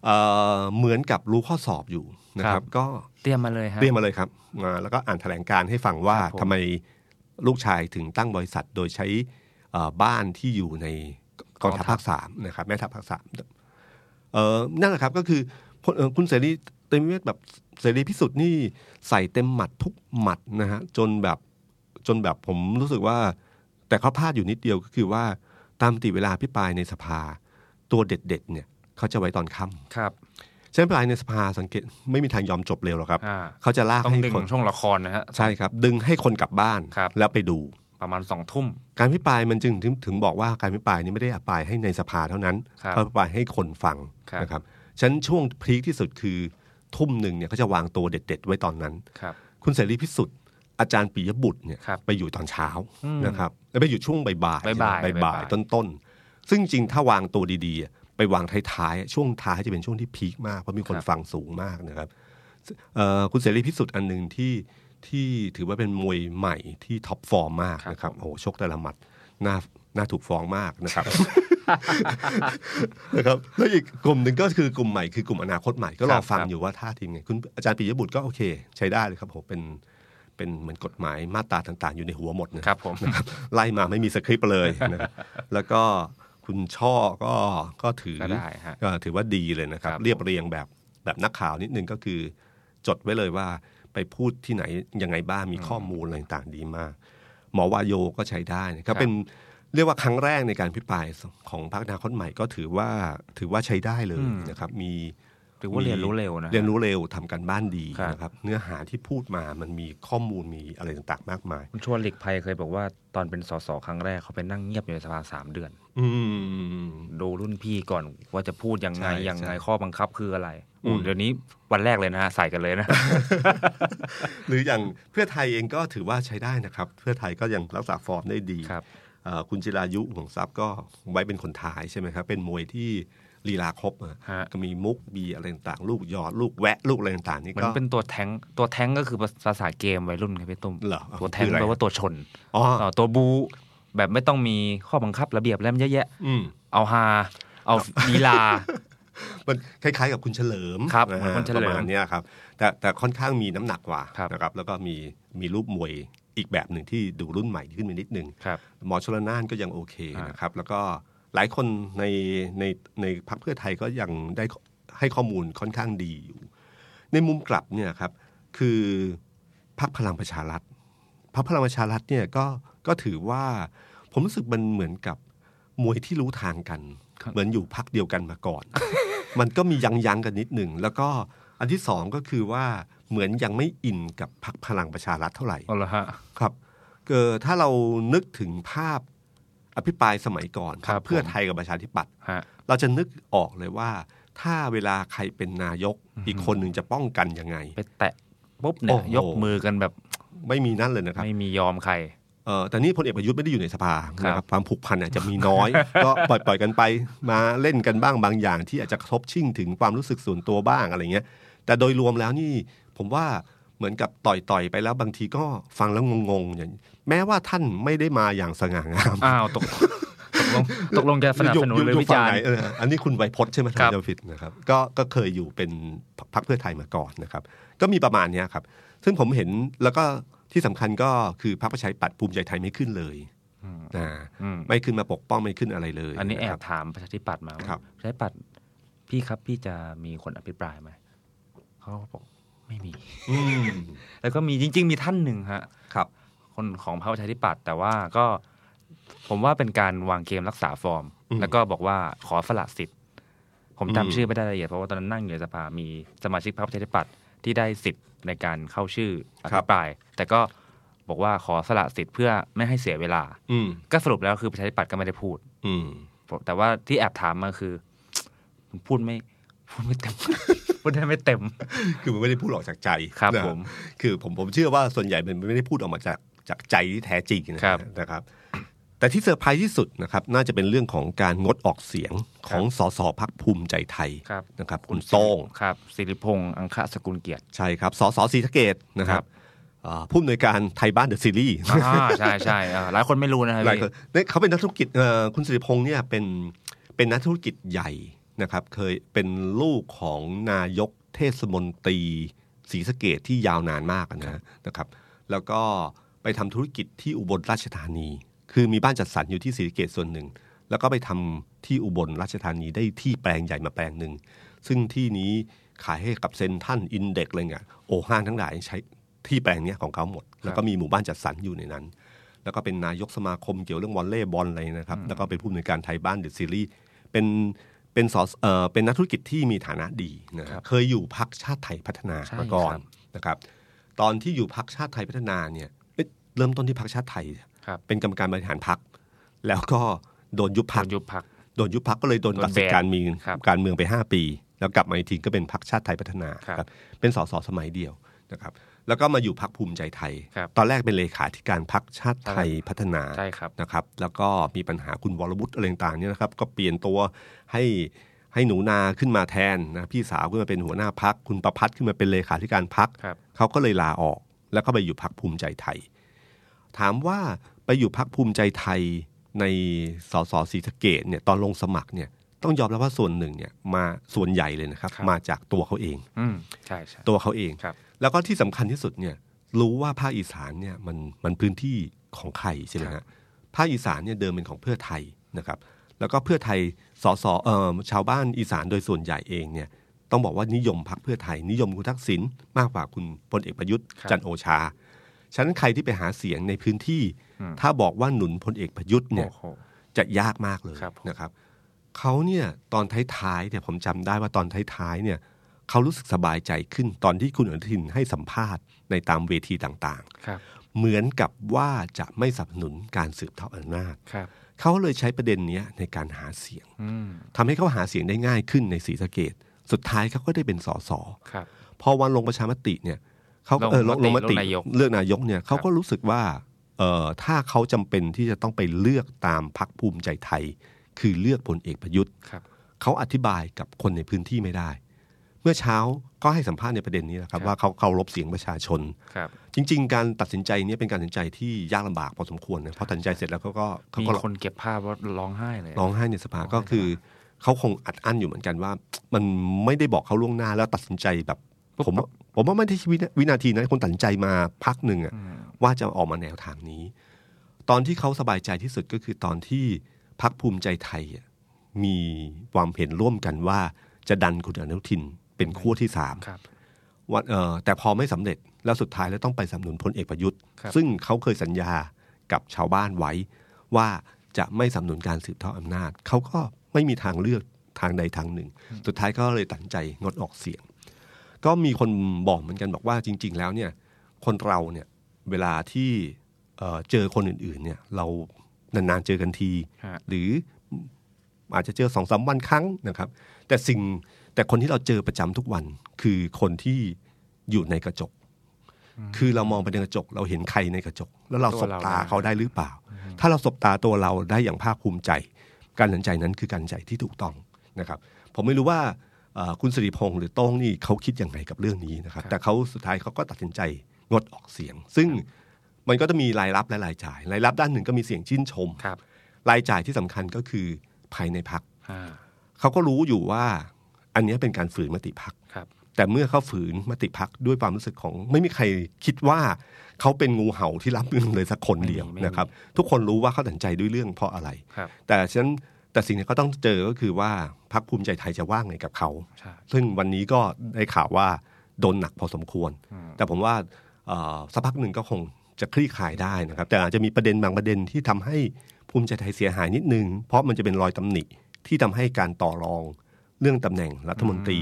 เอ่อเหมือนกับรู้ข้อสอบอยู่นะค
ครั
รับ บ ก็
เตรียมมาเลยฮะ
เตรียมมาเลยครับมาแล้วก็อ่านแถลงการณ์ให้ฟังว่า
ครับผม
ทำไมลูกชายถึงตั้งบริษัทโดยใช้เอ่อบ้านที่อยู่ในกองทัพภาคสามนะครับแม่ทัพภาคสามเอ่อนั่นแหละครับก็คือพลเอ่อคุณเสรีเต็มเวทแบบเสรีพิสุทธิ์นี่ใส่เต็มหมัดทุกหมัดนะฮะจนแบบ จนแบบผมรู้สึกว่า แต่เขาพลาดอยู่นิดเดียวก็คือว่าตามปกติเวลาพิปรายในสภา ตัวเด็ดๆเนี่ยเขาจะไว้ตอนค่
ครับ
ำเช่นปลายในสภาสังเกตไม่มีทางยอมจบเร็วหรอกครับ
อ่า
เขาจะลาก
ต้อง
ให้
ดึง
คน
ช่วงละครนะฮะ
ใช่ครับ ดึงให้คนกลับบ้าน
ครับ
แล้วไปดู
ประมาณสองทุ่ม
การพิปรายมันจึงถึงถึงบอกว่าการพิปรายนี้ไม่ได้อภิปรายให้ในสภาเท่านั้น
ครับ
เขาอภิปรายให้คนฟัง
ครับ
นะครับฉะนันช่วงพีคที่สุดคือทุ่มหนึ่งเนี่ยเขาจะวางตัวเด็ด ๆ ไว้ตอนนั้น
ครับ
คุณเสรีพิสุทธิ์อาจารย์ปิยบุตรเนี่ย
ครับ
ไปอยู่ตอนเช้า
อืม
นะครับแล้วไปอยู่ช่วงบ่าย
บ่ายๆ
ใช่ไหม
บ่า
บ่าย ย
ๆ
ๆต้นๆ ซึ่งจริงถ้าวางตัวดีๆอ่ะไปวางท้ายๆอ่ะช่วงท้ายจะเป็นช่วงที่พีคมากเพราะมีคนฟังสูงมากนะครับเอ่อคุณเสรีพิสุทธิ์อันหนึ่งที่ที่ถือว่าเป็นมวยใหม่ที่ท็อปฟอร์มมากนะครับโอ้โหชกแต่ละหมัดน่าน่าถูกฟ้องมากนะครับ นะครับแล้วอีกกลุ่มหนึ่งก็คือกลุ่มใหม่คือกลุ่มอนาคตใหม่ก็ร
ครั
อบฟัง
ครับ
อยู่ว่าท่าทีมไงคุณอาจารย์ปิยบุตรก็โอเค ใช้ได้เลยครับผมเป็นเป็นเหมือนกฎหมายมาตราต่าง ๆ อยู่ในหัวหมดนะครับ
ผม
นะครับไล่มาไม่มีสคริปต์เลยนะครับแล้วก็คุณช่อก็ก็ถือ
ก็ได้ฮะ
ก็ถือว่าดีเลยนะครับ
ครับ
เรียบเรียงแบบแบบนักข่าวนิดนึงก็คือ จดไว้เลยว่าไปพูดที่ไหนยังไงบ้างมีข้อมูลอะไรต่างๆดีมาก หมอวาโยก็ใช้ได้นะค
ครั
รับบ เป็นเรียกว่าครั้งแรกในการพิปรายของพรรคอนาคตใหม่ก็ถือว่าถือว่าใช้ได้เลยนะครับ มี
ถือว่าเรียนรู้เร็วนะ
เรียนรู้เร็วทำการบ้านดี
ครับ
นะครับ เนื้อหาที่พูดมามันมีข้อมูลมีอะไรต่างๆ มากมาย
คุณชวนหลีกภัยเคยบอกว่าตอนเป็นสสครั้งแรกเขาไปนั่งเงียบอยู่ในสภาสามเดือน
อืม
ดูรุ่นพี่ก่อนว่าจะพูดยังไง
ใช่
ยังไง
ใช่
ข้อบังคับคืออะไร
อืม
เดี๋ยวนี้วันแรกเลยนะฮะใส่กันเลยนะ
หรืออย่างเพื่อไทยเองก็ถือว่าใช้ได้นะครับ เพื่อไทยก็ยังรักษาฟอร์มได้ดี
ครับ
เอ่อคุณจิรายุห่วงทรัพย์ก็ไว้เป็นคนท้ายใช่ไหมครับ เป็นมวยที่ลีลาครบอะ
ฮะ
ก็มีมุกมีอะไรต่างๆ ลูกหยอดลูกแวะลูกอะไรต่างๆนี่
เหมือ
ก็
นเป็นตัวแท้งตัวแท้งก็คือภาษาเกมวัยรุ่นครับพี่ตุ้ม
เหรอ
ตัวแท้ง
คืออะไร
แปลว่าตัวชน
อ๋อ
ต่อตัวบูแบบไม่ต้องมีข้อบังคับระเบียบแล้วมันเยอะแยะ
อืม
เอาฮาเอาลีลา
มันคล้ายๆกับคุณเฉลิม
ครับ
นะฮะ
คุณเฉลิม
ประมาณเนี้ยครับ แต่แต่ค่อนข้างมีน้ำหนักกว่า
ครับ
นะครับ แล้วก็มีมีรูปมวยอีกแบบหนึ่งที่ดูรุ่นใหม่ขึ้นมานิดนึง
ครับ
หมอชลนานก็ยังโอเค
อ่าน
นะครับ แล้วก็หลายคนในในในพรรคเพื่อไทยก็ยังได้ให้ข้อมูลค่อนข้างดีอยู่ ในมุมกลับเนี่ยครับ คือพรรคพลังประชารัฐพรรคพลังประชารัฐเนี่ยก็ก็ถือว่า ผมรู้สึกมันเหมือนกับมวยที่รู้ทางกัน เหมือนอยู่พรรคเดียวกันมาก่อน มันก็มียังยังๆกันนิดหนึ่งแล้วก็อันที่สองก็คือว่าเหมือนยังไม่อินกับพรรคพลังประชารัฐเท่าไหร่
เอาละฮะ
ครับเกิดถ้าเรานึกถึงภาพอภิปรายสมัยก่อน
ครับผม
เพื่อไทยกับประชาธิปัตย์
ฮะ
เราจะนึกออกเลยว่า ถ้าเวลาใครเป็นนายกอีกคนหนึ่งจะป้องกันยังไง
ไปแตะปุ๊บเนี่ย
โอ้โห
ยกมือกันแบบ
ไม่มีนั่นเลยนะครับ
ไม่มียอมใคร
เออแต่นี่พลเอกประยุทธ์ไม่ได้อยู่ในสภา
ครับ
นะครับความผูกพันอาจจะมีน้อย ก็ปล่อยปล่อยๆกันไปมาเล่นกันบ้างบางอย่าง ที่อาจจะกระทบชิ่งถึงความรู้สึกส่วนตัวบ้างอะไรเงี้ย แต่โดยรวมแล้วนี่ผมว่าเหมือนกับต่อยต่อยๆไปแล้วบางทีก็ฟังแล้วงงๆอย่างแม้ว่าท่านไม่ได้มาอย่างสง่างาม
อ้าวตก ตกลงตกลงจะสนับสนุนหรือวิจา
ยู่ฝั่ง
รณ์
ไหนเอออันนี้คุณไวยพจน์ใช่ไหม
ครั
ทา
บ
งเดวิดนะครับก็ก็เคยอยู่เป็นพรรคเพื่อไทยมาก่อนนะครับ ก็มีประมาณเนี้ยครับ ซึ่งผมเห็นแล้วก็ที่สำคัญก็คือพรรคประชาธิปัตย์ภูมิใจไทยไม่ขึ้นเลยนะ
อืม
ไม่ขึ้นมาปกป้องไม่ขึ้นอะไรเลย
อันนี้แอะ บ
ครับ
ถามประชาธิปัตย์มาว่า
ครับ
ประชาธิปัตย์พี่ครับพี่จะมีคนอภิปรายไหมเขาบอกไม่มี
อืม
แล้วก็มีจริง ๆ มีท่านหนึ่งฮะ
ครับ
คนของพรรคประชาธิปัตย์แต่ว่าก็ผมว่าเป็นการวางเกมรักษาฟอร์ม แล้วก็บอกว่าขอสละสิทธิ์ ผมจำชื่อไม่ได้ละเอียดเพราะว่าตอนนั้นนั่งอยู่ในสภามีสมาชิกพรรคประชาธิปัตย์ที่ได้สิทธิ์ในการเข้าชื่ออภิปราย แต่ก็บอกว่าขอสละสิทธิ์เพื่อไม่ให้เสียเวลา
อืม
ก็สรุปแล้วคือประชาธิปัตย์ก็ไม่ได้พูด
อืม
แต่ว่าที่แอบถามมาคือ มันพูดไม่พูดไม่เต็ม พูดได้ไม่เต็ม
คือมันไม่ได้พูดออกจากใจ
ครับ
นะ
ผม
คือผมผมเชื่อว่าส่วนใหญ่มันไม่ได้พูดออกมาจากจากใจที่แท้จริงนะครับ นะครับ แต่ที่เซอร์ไพรส์ที่สุดนะครับ น่าจะเป็นเรื่องของการงดออกเสียงของสสพักภูมิใจไทย
ครับ
นะครับ คุณโต้ง
ครับสิริพงษ์อังคสกุลเกียรติ
ใช่ครับสสศรีสะเกดนะครั
ครับ บ
อ่าผู้อำนวยการไทยบ้านเดอะซีรีส์
อ่าใช่ใช่อ่าหลายคนไม่รู้นะครับ
หลาย
พี่
คนเนี่ยเขาเป็นนักธุรกิจเอ่อคุณสิริพงษ์เนี่ยเป็นเป็นนักธุรกิจใหญ่นะครับ เคยเป็นลูกของนายกเทศมนตรีศรีสะเกดที่ยาวนานมากอะนะนะครับ แล้วก็ไปทำธุรกิจที่อุบลราชธานี คือมีบ้านจัดสรรอยู่ที่ศรีสะเกดส่วนหนึ่ง แล้วก็ไปทำที่อุบลราชธานีได้ที่แปลงใหญ่มาแปลงหนึ่ง ซึ่งที่นี้ขายให้กับเซนทรันอินเด็กอะไรเงี้ยโอห้างทั้งหลายใช้ที่แปลงเนี้ยของเขาหมด แล้วก็มีหมู่บ้านจัดสรรอยู่ในนั้น แล้วก็เป็นนายกสมาคมเกี่ยวเรื่องวอลเลย์บอลอะไรนะครับ แล้วก็เป็นผู้อำนวยการไทยบ้านเดอะซีรีส์เป็นเป็นสอเออเป็นนักธุรกิจที่มีฐานะดีนะค
ครั
รับบ เคยอยู่พักชาติไทยพัฒนา
ใช่
มาก่อ
ครั
น
บ
นะครับ ตอนที่อยู่พักชาติไทยพัฒนาเนี่ยเอ๊ะเริ่มต้นที่พักชาติไทย
ครับ
เป็นกรรมการบริหารพัก แล้วก็โดนยุบพัก
โดนยุบพัก
โดนยุบพักก็เลยโดน
โดน
ตัดสิท
แบ
ธิ
น
การเมี
ครับ
การเมืองไป 5 ปี แล้วกลับมาอีกทีก็เป็นพักชาติไทยพัฒนา
ครับ
ครับเป็นสสสมัยเดียวนะครับ แล้วก็มาอยู่พักภูมิใจไทย
ครับ
ตอนแรกเป็นเลขาธิการพักชาติไทยพัฒนา
ใช่ครับ
นะครับ แล้วก็มีปัญหาคุณวรวุฒิอะไรต่างๆเนี่ยนะครับ ก็เปลี่ยนตัวให้ให้หนูนาขึ้นมาแทนนะพี่สาวขึ้นมาเป็นหัวหน้าพักคุณประพัฒน์ขึ้นมาเป็นเลขาธิการพัก
ครับ
เขาก็เลยลาออกแล้วก็ไปอยู่พักภูมิใจไทย ถามว่าไปอยู่พักภูมิใจไทยในสสศรีสะเกดเนี่ยตอนลงสมัครเนี่ยต้องยอมรับว่าส่วนหนึ่งเนี่ยมาส่วนใหญ่เลยนะครับ
ครับ
มาจากตัวเขาเอง
อืมใช่ใช่
ตัวเขาเอง
ครับ
แล้วก็ที่สำคัญที่สุดเนี่ยรู้ว่าภาคอีสานเนี่ยมันมันพื้นที่ของใครใช่ไหมฮะภาคอีสานเนี่ยเดิมเป็นของเพื่อไทยนะครับ แล้วก็เพื่อไทยสสเอ่อชาวบ้านอีสานโดยส่วนใหญ่เองเนี่ยต้องบอกว่านิยมพักเพื่อไทย นิยมคุณทักษิณมากกว่าคุณพลเอกประยุทธ์
ครับ
จันทร์โอชา ฉะนั้นใครที่ไปหาเสียงในพื้นที่ ถ้าบอกว่าหนุนพลเอกประยุทธ์เนี่ย
โอ้โห
จะยากมากเลย
ครับผม
นะครับเขาเนี่ยตอนท้ายๆเนี่ยผมจำได้ว่าตอนท้ายๆเนี่ย เขารู้สึกสบายใจขึ้นตอนที่คุณอนุทินให้สัมภาษณ์ในตามเวทีต่าง
ครับ
ๆ เหมือนกับว่าจะไม่สนับสนุนการสืบทอดอำนาจ
ครับ
เขาเลยใช้ประเด็นเนี้ยในการหาเสียง
อืม
ทำให้เขาหาเสียงได้ง่ายขึ้นในศรีสะเกดสุดท้ายเขาก็ได้เป็นสส
ครับ
พอวันลงประชามติเนี่ยเขาก็
ลง
เออลงล
มติ
งมติ
เลือกนายก
เลือกนายกเนี่ยเขา
ครับ
ก็รู้สึกว่าเออถ้าเขาจำเป็นที่จะต้องไปเลือกตามพักภูมิใจไทย คือเลือกพลเอกประยุทธ์
ครับ
เขาอธิบายกับคนในพื้นที่ไม่ได้ เมื่อเช้าก็ให้สัมภาษณ์ในประเด็นนี้นะครับ
ครับ
ว่าเขาเคารพเสียงประชาชน
ครับ
จริง ๆ การตัดสินใจเนี้เป็นการตัดสินใจที่ยากลำบากพอสมควรนะเพราะตัดสินใจเสร็จแล้วเขาก็เขา
มี
ก็
คนเก็บภาพว่าร้องไห้เลย
ร้องไห้ในสภาก็คือเขาคงอัดอั้นอยู่เหมือนกันว่า มันไม่ได้บอกเขาล่วงหน้าแล้วตัดสินใจแบบ
ปุ๊บ
ผมว่าผมว่าไม่ได้วินาวินาทีนั้นคนตัดสินใจมาพักหนึ่งอะ
อืม
ว่าจะออกมาแนวทางนี้ ตอนที่เขาสบายใจที่สุดก็คือตอนที่พักภูมิใจไทยอะมีความเห็นร่วมกันว่าจะดันคุณอนุทินเป็นขั้วที่สาม
ครับ
วันเอ่อแต่พอไม่สำเร็จแล้วสุดท้ายแล้วต้องไปสนับสนุนพลเอกประยุทธ์
ครับ
ซึ่งเขาเคยสัญญากับชาวบ้านไว้ ว่าจะไม่สนับสนุนการสืบทอดอำนาจ เขาก็ไม่มีทางเลือกทางใดทางหนึ่ง สุดท้ายก็เลยตัดสินใจงดออกเสียง ก็มีคนบอกเหมือนกันบอกว่าจริง ๆ แล้วเนี่ยคนเราเนี่ยเวลาที่เอ่อเจอคนอื่นๆเนี่ยเรานานๆเจอกันที
ฮะ
หรืออาจจะเจอสองสามวันครั้งนะครับ แต่สิ่งแต่คนที่เราเจอประจำทุกวัน คือคนที่อยู่ในกระจก คือเรามองไปในกระจก เราเห็นใครในกระจก แล้วเราสบตาเขาได้หรือเปล่า ถ้าเราสบตาตัวเราได้อย่างภาคภูมิใจ การตัดสินใจนั้นคือการตัดสินใจที่ถูกต้องนะครับ ผมไม่รู้ว่าเอ่อคุณสิริพงษ์หรือโต้งนี่เขาคิดยังไงกับเรื่องนี้นะครับ แต่เขาสุดท้ายเขาก็ตัดสินใจงดออกเสียง ซึ่งมันก็จะมีรายรับและรายจ่าย รายรับด้านหนึ่งก็มีเสียงชื่นชม
ครับ
รายจ่ายที่สำคัญก็คือภายในพัก
อ่า
เขาก็รู้อยู่ว่าอันเนี้ยเป็นการฝืนมติพัก
ครับ
แต่เมื่อเขาฝืนมติพักด้วยความรู้สึกของไม่มีใครคิดว่าเขาเป็นงูเห่าที่รับเงินเลยสักคนเดียว
ไม่มี
นะครับ ทุกคนรู้ว่าเขาตัดสินใจด้วยเรื่องเพราะอะไร
ครับ
แต่ฉะนั้นแต่สิ่งที่เขาต้องเจอก็คือว่าพักภูมิใจไทยจะว่าไงกับเขา
ใช่
ซึ่งวันนี้ก็ได้ข่าวว่าโดนหนักพอสมควร
อืม
แต่ผมว่าเอ่อสักพักหนึ่งก็คงจะคลี่คลายได้นะครับ แต่อาจจะมีประเด็นบางประเด็นที่ทำให้ภูมิใจไทยเสียหายนิดนึง เพราะมันจะเป็นรอยตำหนิที่ทำให้การต่อรองเรื่องตำแหน่งรัฐมนตรี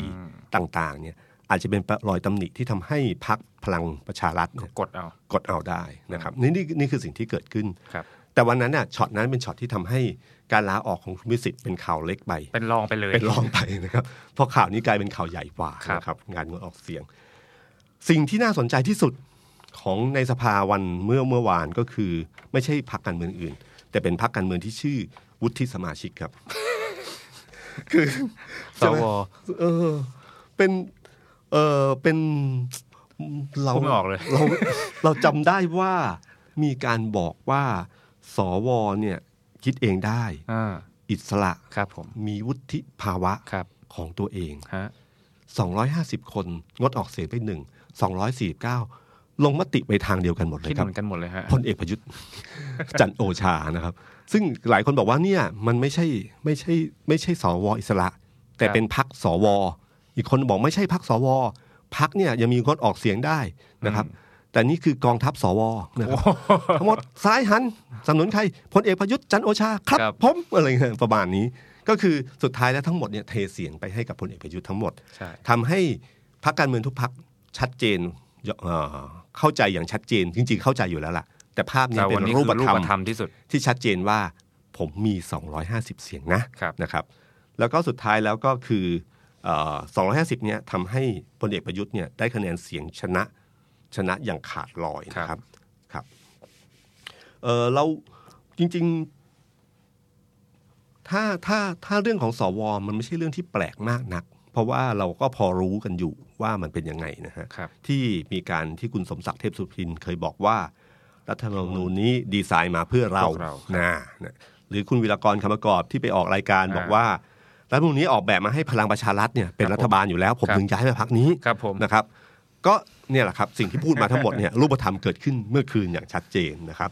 ต่างๆเนี่ยอาจจะเป็นรอยตำหนิที่ทำให้พักพลังประชารัฐเนี่ย
กดเอา
กดเอาได้นะครับนี่นี่นี่คือสิ่งที่เกิดขึ้น
ครับ
แต่วันนั้นน่ะช็อตนั้นเป็นช็อตที่ทำให้การลาออกของคุณพิสิทธิ์เป็นข่าวเล็กไป
เป็นรองไปเลย
เป็นรองไปนะครับเพราะข่าวนี้กลายเป็นข่าวใหญ่กว่า
ครับ
นะครับ งานงดออกเสียง สิ่งที่น่าสนใจที่สุดของในสภาวันเมื่อเมื่อวานก็คือ ไม่ใช่พักการเมืองอื่น แต่เป็นพักการเมืองที่ชื่อวุฒิสมาชิกครับ คือ
ส
ใช่ไหม
ว
เออ เป็น เออเป็นเรา
พูดไม่ออกเลย
เราเราจำได้ว่ามีการบอกว่า สวเนี่ย คิดเองได้
อ่า
อิสระ
ครับผม
มีวุฒิภาวะ
ครับ
ของตัวเอง
ฮะ
250 คน งดออกเสียงไปหนึ่ง 249 ลงมติไปทางเดียวกันหมดเล
คิ
ย
ด
ค
เห
รับ
มือนกันหมดเลยฮะ
พลเอกประยุทธ์ จันทร์โอชานะครับ ซึ่งหลายคนบอกว่าเนี่ยมันไม่ใช่ไม่ใช่ไม่ใช่สวอิสระ แต่
ครับ
เป็นพักสว อีกคนบอกไม่ใช่พักสวพักเนี่ยยังมีงดออกเสียงได้นะครับ แต่นี่คือกองทัพสวนะครับทั้งหมดซ้ายหันสนับสนุนใครพลเอกประยุทธ์จันทร์โอชาครับ
ครับ
ผมอะไรเงี้ยประมาณนี้ ก็คือสุดท้ายแล้วทั้งหมดเนี่ยเทเสียงไปให้กับพลเอกประยุทธ์ทั้งหมด
ใช่
ทำให้พรรคการเมืองทุกพรรคชัดเจนเอ่อเข้าใจอย่างชัดเจน จริงๆ เข้าใจอยู่แล้วล่ะ แต่ภาพนี้
แต่
เป็
วัน
น
นี้
รู
คือ
ป
รู
ธรร
ป
ม
ธรรมที่สุด
ที่ชัดเจนว่าผมมี 250 เสียงนะครับ นะครับ แล้วก็สุดท้ายแล้วก็คือเอ่อ250 เนี่ยทำให้พลเอกประยุทธ์เนี่ยได้คะแนนเสียงชนะชนะอย่างขาดลอยนะครับครับเออเราจริง ๆ ถ้าถ้าถ้าเรื่องของสวมันไม่ใช่เรื่องที่แปลกมากนัก เพราะว่าเราก็พอรู้กันอยู่ว่ามันเป็นยังไงนะฮะ
ครับ
ที่มีการที่คุณสมศักดิ์เทพสุทินเคยบอกว่า รัฐธรรมนูญนี้ดีไซน์มาเพื่อเรา
พวกเรา
นะนะหรือคุณวิรากรคำประกอบที่ไปออกรายการ
อ่า
บอกว่า รัฐธรรมนูญนี้ออกแบบมาให้พลังประชารัฐเนี่ยเป็น
ครับ
รัฐบาลอยู่แล้ว ผม
ครับ
ถึงย้ายมาพักนี้
ครับผม
นะครับ ก็เนี่ยแห ละครับสิ่งที่พูดมาทั้งหมดเนี่ยรูปธรรมเกิดขึ้นเมื่อคืนอย่างชัดเจนนะครับ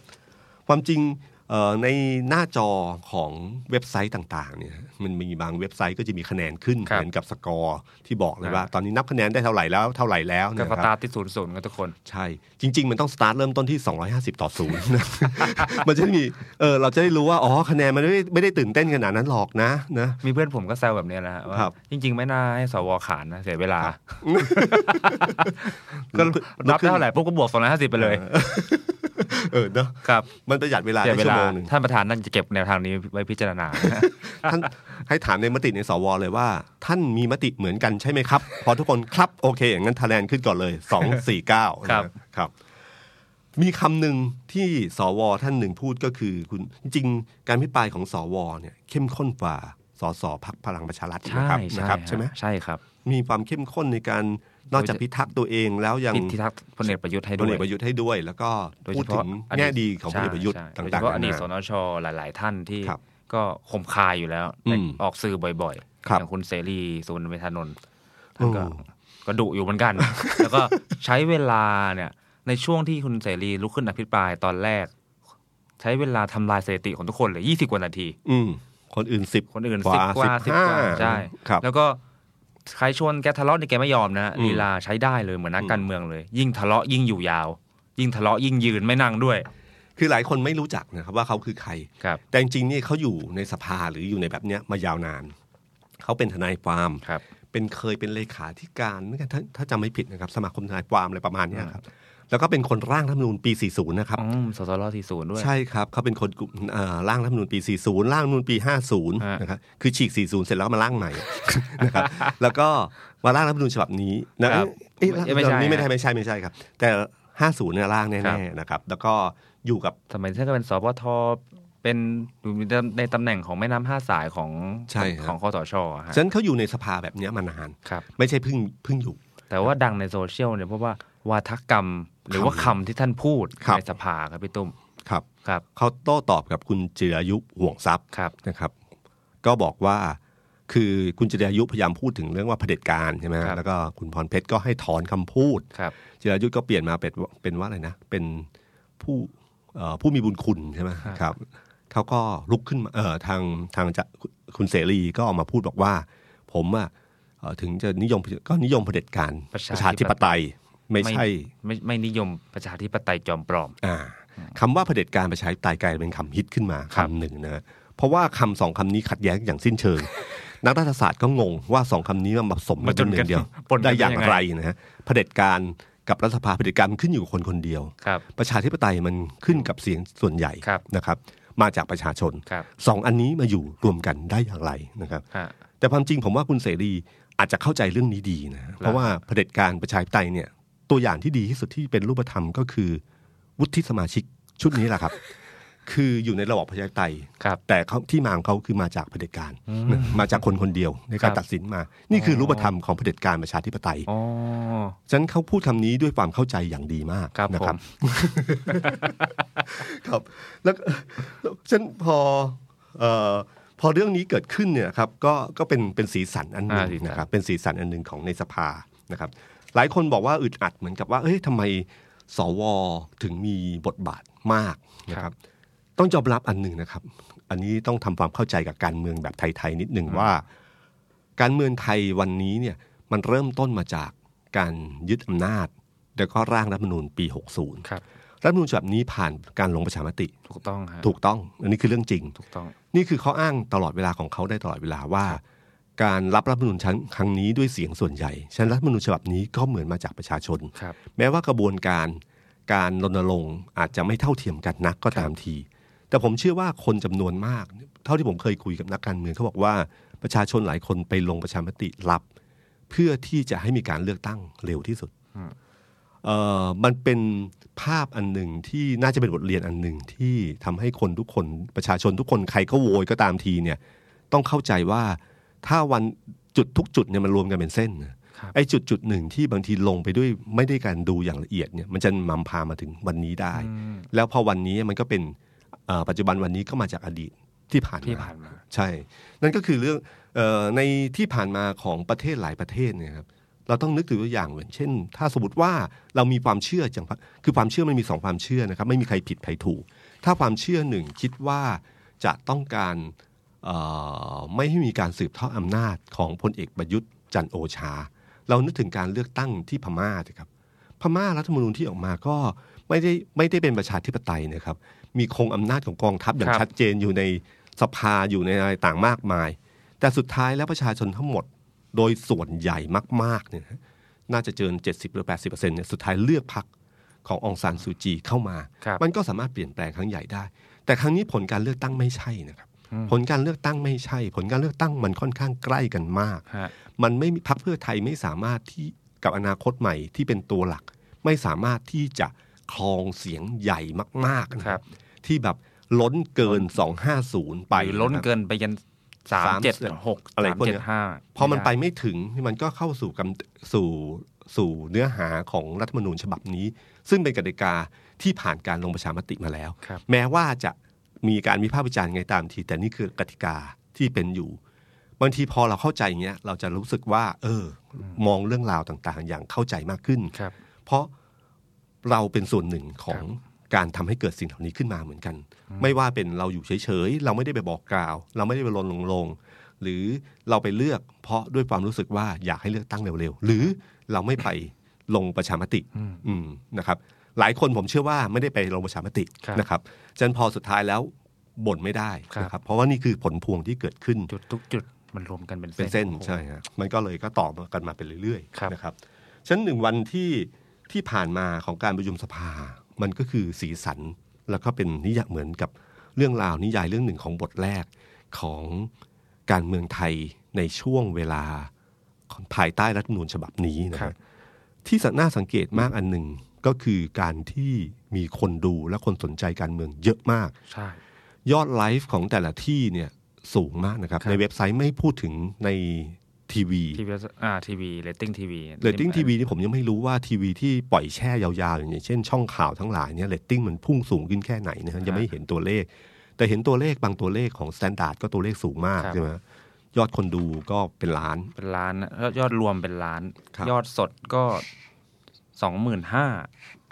ความจริง เอ่อในหน้าจอของเว็บไซต์ต่างๆเนี่ยมันมีบางเว็บไซต์ก็จะมีคะแนนขึ้น
ครับ
เหมือนกับสกอร์ที่บอกเลย
อ่า
ว่า ตอนนี้นับคะแนนได้เท่าไหร่แล้วเท่าไหร่แล้ว
ก็
เนะ
ส
ค
ตา
รับ
ร์ทที่ศูนย์ศูนย์กันทุกคน
ใช่ จริง ๆ มันต้องสตาร์ทเริ่มต้นที่ 250 ต่อศูนย์ มันจะได้มีเออเราจะได้รู้ว่าอ๋อคะแนนมันไม่ได้ไม่ได้ตื่นเต้นขนาดนั้นหรอกนะนะ
มีเพื่อนผมก็แซวแบบเนี้ยแหละฮะว่า
ครับ
จริง ๆ ไม่น่าให้สวขานนะเสียเวลา
ก็
รับได้เท่าไหร่พวกก็บวกสองร้อยห้าสิบไปเลย
เออเนาะ
ครับ
มันประหยัดเวลา
เสีย
ได้
เว
ชั่ว
ลา
โมงหนึ่ง
ท่านประธานนั่นจะเก็บแนวทางนี้ไว้พิจารณา
ท่านให้ถามในมติในสวเลยว่า ท่านมีมติเหมือนกันใช่ไหมครับ พอทุกคนครับโอเคอย่างนั้นทะแลนขึ้นก่อนเลยสองสี่เก้า
ครับ
ครับ มีคำหนึ่งที่สวท่านหนึ่งพูดก็คือคุณจริงๆการพิปรายของสวเนี่ยเข้มข้นกว่าสสพักพลังประชารัฐนะ
ใช่
ครับนะ
ใช่
ครับใช่ไหม
ใช่ครับ
มีความเข้มข้นในการนอกจากพิทักษ์ตัวเองแล้วยัง
พิธีทักษ์พลเอกประยุทธ์ให้
พล
ด้ว
เอย กประยุทธ์ให้ด้วย แล้วก็
โดย
พูด
เฉ
ถึ
พาะ
ง
อต
แง่ดีของพลเอกประยุทธ์
ใช่
ต่างๆ
โดยเฉพาะอดีต
นา
ส
นา
นชหลาย ๆ ท่านที่
ครับ
ก็ข่มคายอยู่แล้ว
อืม
ออกสื่อบ่อยๆ
ครับ
อย่างคุณเสรีสุวรรณเมธานนท์ท่านก็
อืม
ก็ดุอยู่เหมือน กัน แล้วก็ใช้เวลาเนี่ย ในช่วงที่คุณเสรีลุกขึ้นอภิปรายตอนแรก ใช้เวลาทำลายสถิติของทุกคนเลยยี่สิบกว่านาที
อืมคนอื่นสิบ
คนอื่น
กว่า
สิบกว่า
15
สิบกว่าใช่
ครับ
แล้วก็ใครชวนแกทะเลาะนี่แกไม่ยอมนะ
อืม
ลีลาใช้ได้เลยเหมือนนัก
อืม
การเมืองเลย ยิ่งทะเลาะยิ่งอยู่ยาว ยิ่งทะเลาะยิ่งยืนไม่นั่งด้วย
คือหลายคนไม่รู้จักนะครับว่าเขาคือใคร
ครับ
แต่จริงๆนี่เขาอยู่ในสภาหรืออยู่ในแบบเนี้ยมายาวนาน เขาเป็นทนายความ
ครับ
เป็นเคยเป็นเลขาธิการเหมือนกันถ้าถ้าจำไม่ผิดนะครับ สมาคมทนายความอะไรประมาณเนี้ยครับ แล้วก็เป็นคนร่างรัฐธรรมนูญปี 40 นะครับ
อืมสสรสี่ศูนย์ด้วย
ใช่ครับเขาเป็นคนกลุ่มเอ่อร่างรัฐธรรมนูญปี 40 ร่างรัฐธรรมนูญปี
ฮะ
50 นะครับ คือฉีก 40 เสร็จแล้วก็มาร่างใหม่ นะครับ แล้วก็มาร่างรัฐธรรมนูญฉบับนี้นะครับ เอ๊ะ
ไม่ใช่
ร่างรัฐธรรนูญนี้ไม่
ฮะ
ใช่ไม่ใช่ไม่ใช่ครับ แต่ 50เนี่ยร่าง
ครั
แน่
บ
ๆนะครับ แล้วก็อยู่กับ
สมัยท่านก็เป็นสปทเป็นอยู่ในตำแหน่งของแม่น้ำห้าสายของ
ใช่ครับ
ของคอสชอะฮะ
ฉะนั้นเขาอยู่ในสภาแบบเนี้ยมานาน
ครับ
ไม่ใช่เพิ่งเพิ่งอยู่
แต่ว่าดังในโซเชียลเนี่ยเพราะว่าวาทกรรมหรือว่าคำที่ท่านพูด
ครับ
ในสภาครับพี่ตุ้ม
ครับ
ครับ
เขาโต้ตอบกับคุณจิรายุห่วงทรัพย์
ครับ
นะครับ ก็บอกว่าคือคุณจิรายุพยายามพูดถึงเรื่องว่าเผด็จการใช่ไหม
ครับ
แล้วก็คุณพรเพชรก็ให้ถอนคำพูด
ครับ
จิรายุก็เปลี่ยนมาเป็นเป็นว่าอะไรนะ เป็นผู้เอ่อผู้มีบุญคุณใช่ไหม
ครับ
ครับเขาก็ลุกขึ้นมาเอ่อทางทางจะคุณเสรีก็ออกมาพูดบอกว่า ผมอะเอ่อถึงจะนิยมก็นิยมเผด็จการประชาธิปไตยไม่ใช่
ไม่ไม่นิยมประชาธิปไตยจอมปลอม
อ่าคำว่าเผด็จการประชาธิปไตยกลายเป็นคำฮิตขึ้นมา
ครับ
คำหนึ่งนะเพราะว่าคำสองคำนี้ขัดแย้งอย่างสิ้นเชิง นักรัฐศาสตร์ก็งงว่าสองคำนี้มันผสมกันเป็นหนึ่งเดียว
ปนกัน
ได้อย่าง
งง
ไรนะฮะเผด็จการกับรัฐสภาเผด็จการมันขึ้นอยู่กับคนคนเดียว
ครับ
ประชาธิปไตยมันขึ้นกับเสียงส่วนใหญ่
ครับ
นะครับ มาจากประชาชน
ครับ
สองอันนี้มาอยู่รวมกันได้อย่างไรนะครับ
ฮะ
แต่ความจริงผมว่าคุณเสรีอาจจะเข้าใจเรื่องนี้ดีนะ เพราะว่าเผด็จการประชาธิปไตยเนี่ย ตัวอย่างที่ดีที่สุดที่เป็นรูปธรรมก็คือ วุฒิสมาชิกชุดนี้แหละครับ คืออยู่ในระบอบประชาธิปไตย
ครับ
แต่เขาที่มาของเขาคือมาจากเผด็จการนะมาจากคนคนเดียวในการ
ครับ
ตัดสินมา นี่คือรูปธรรมของเผด็จการประชาธิปไตย
อ๋อ
ฉะนั้นเขาพูดคำนี้ด้วยความเข้าใจอย่างดีมาก
ครับ
นะ
ผ
ครั
ม
บ ครับแล้วแล้วฉันพอเอ่อพอเรื่องนี้เกิดขึ้นเนี่ยครับก็ก็เป็นเป็นสีสันอันหนึ่งนะครับเป็นสีสันอันหนึ่งของในสภานะครับ หลายคนบอกว่าอึดอัดเหมือนกับว่าเอ้ยทำไมสวถึงมีบทบาทมากนะครับ ต้องยอมรับอันหนึ่งนะครับ อันนี้ต้องทำความเข้าใจกับการเมืองแบบไทย ๆ นิดหนึ่งว่า การเมืองไทยวันนี้เนี่ยมันเริ่มต้นมาจากการยึดอำนาจ แล้วก็ร่างรัฐธรรมนูญปี 60
ครับ
รัฐธรรมนูญฉบับนี้ผ่านการลงประชามติ
ถูกต้องฮะ
ถูกต้อง อันนี้คือเรื่องจริง
ถูกต้อง
นี่คือข้ออ้างตลอดเวลาของเขาได้ตลอดเวลาว่า การรับรัฐธรรมนูญชั้นครั้งนี้ด้วยเสียงส่วนใหญ่ฉะนั้นรัฐธรรมนูญฉบับนี้ก็เหมือนมาจากประชาชน
ครับ
แม้ว่ากระบวนการการรณรงค์อาจจะไม่เท่าเทียมกันนักก็ตามที แต่ผมเชื่อว่าคนจำนวนมาก เท่าที่ผมเคยคุยกับนักการเมืองเขาบอกว่าประชาชนหลายคนไปลงประชามติรับ เพื่อที่จะให้มีการเลือกตั้งเร็วที่สุดเอ่อมันเป็นภาพอันหนึ่งที่น่าจะเป็นบทเรียนอันหนึ่งที่ทำให้คนทุกคนประชาชนทุกคนใครก็โวยก็ตามทีเนี่ย ต้องเข้าใจว่าถ้าวันจุดทุกจุดเนี่ยมันรวมกันเป็นเส้นนะครับ ไอ้จุดจุดหนึ่งที่บางทีลงไปด้วยไม่ได้การดูอย่างละเอียดเนี่ยมันจะนำพามาถึงวันนี้ได้ แล้วพอวันนี้มันก็เป็นเอ่อปัจจุบันวันนี้ก็มาจากอดีตที่ผ่าน
ที่
มา
ผ่านมา
ใช่ นั่นก็คือเรื่องเออในที่ผ่านมาของประเทศหลายประเทศเนี่ยครับ เราต้องนึกถึงตัวอย่างเหมือนเช่น ถ้าสมมติว่าเรามีความเชื่อจังคือความเชื่อมันมีสองความเชื่อนะครับ ไม่มีใครผิดใครถูก ถ้าความเชื่อหนึ่งคิดว่าจะต้องการเอ่อไม่ให้มีการสืบทอดอำนาจของพลเอกประยุทธ์จันทร์โอชา เรานึกถึงการเลือกตั้งที่พม่าสิครับ พม่ารัฐธรรมนูญที่ออกมาก็ไม่ได้ไม่ได้เป็นประชาธิปไตยนะครับ มีคงอำนาจของกองทัพอย่า
ค
ง
รับ
ชัดเจนอยู่ในสภาอยู่ในอะไรต่างมากมาย แต่สุดท้ายแล้วประชาชนทั้งหมดโดยส่วนใหญ่มากๆเนี่ยนะน่าจะเกิน70หรือ80เเนี่ยสุดท้ายเลือกพรรคขององซานซูจีเข้ามา
ครับ
มันก็สามารถเปลี่ยนแปลงครั้งใหญ่ได้ แต่ครั้งนี้ผลการเลือกตั้งไม่ใช่นะครับ
อืม
ผลการเลือกตั้งไม่ใช่ ผลการเลือกตั้งมันค่อนข้างใกล้กันมาก
ฮะ
มันไม่มีพักเพื่อไทยไม่สามารถที่กับอนาคตใหม่ที่เป็นตัวหลัก ไม่สามารถที่จะครองเสียงใหญ่มากๆนะครับ ที่แบบล้นเกิน 250 ไป
หรือล้
ค
นะ
รั
เกิ
บ
นไปยันสามเจ็ดหก
อะไร
สาม
พวกเนี้
เจ็ด
ย
ห้า
พอมันไปไม่ถึงมันก็เข้าสู่กำสู่สู่เนื้อหาของรัฐธรรมนูญฉบับนี้ ซึ่งเป็นกติกาที่ผ่านการลงประชามติมาแล้ว
ครับ
แม้ว่าจะมีการวิพากษ์วิจารณ์ไงตามที แต่นี่คือกติกาที่เป็นอยู่บางทีพอเราเข้าใจอย่างเงี้ยเราจะรู้สึกว่า เออ มองเรื่องราวต่างๆ อย่างเข้าใจมากขึ้น
ครับ
เพราะเราเป็นส่วนหนึ่งของการทำให้เกิดสิ่งเหล่านี้ขึ้นมาเหมือนกัน ไม่ว่าเป็นเราอยู่เฉยๆ เราไม่ได้ไปบอกกล่าว เราไม่ได้ไปรณรงค์ลง หรือเราไปเลือกเพราะด้วยความรู้สึกว่าอยากให้เลือกตั้งเร็วๆ หรือเราไม่ไปลงประชามติ อืมนะครับ หลายคนผมเชื่อว่าไม่ได้ไปลงประชามติ
ครับ
นะครับฉะนันพอสุดท้ายแล้วบ่นไม่ได้
ครับ
นะครับเพราะว่านี่คือผลพวงที่เกิดขึ้น
จุดทุกจุดมันรวมกันเป็น
เป็นเส้น
โอ้โห
ใช่ฮะมันก็เลยก็ต่อกันมาเป็นเรื่อย
ครับ
ๆนะครับฉะนั้นหนึ่งวันที่ที่ผ่านมาของการประชุมสภา มันก็คือสีสันแล้วก็เป็นนิยายเหมือนกับเรื่องราวนิยายเรื่องหนึ่งของบทแรกของการเมืองไทยในช่วงเวลาภายใต้รัฐธรรมนูญฉบับนี้นะ
ค
ค
รั
รับ บ ที่สน่าสังเกตมากอันหนึ่งก็คือการที่มีคนดูและคนสนใจการเมืองเยอะมาก
ใช่
ยอดไลฟ์ของแต่ละที่เนี่ยสูงมากนะครับ
ครับ
ในเว็บไซต์ไม่พูดถึงในทีวี
ทีวีอ่าทีวีเรตติ้งทีวี
เรตติ้งทีวีนี่ผมยังไม่รู้ว่าทีวีที่ปล่อยแช่ยาวๆ อย่างเช่นช่องข่าวทั้งหลายเนี่ยเรตติ้งมันพุ่งสูงขึ้นแค่ไหนนะฮะยังไม่เห็นตัวเลข แต่เห็นตัวเลขบางตัวเลขของสแตนดาร์ดก็ตัวเลขสูงมากใช่ไหมฮะยอดคนดูก็เป็นล้าน
เป็นล้านนะยอดรวมเป็นล้าน
ครับ
ยอดสดก็สองหมื่นห้า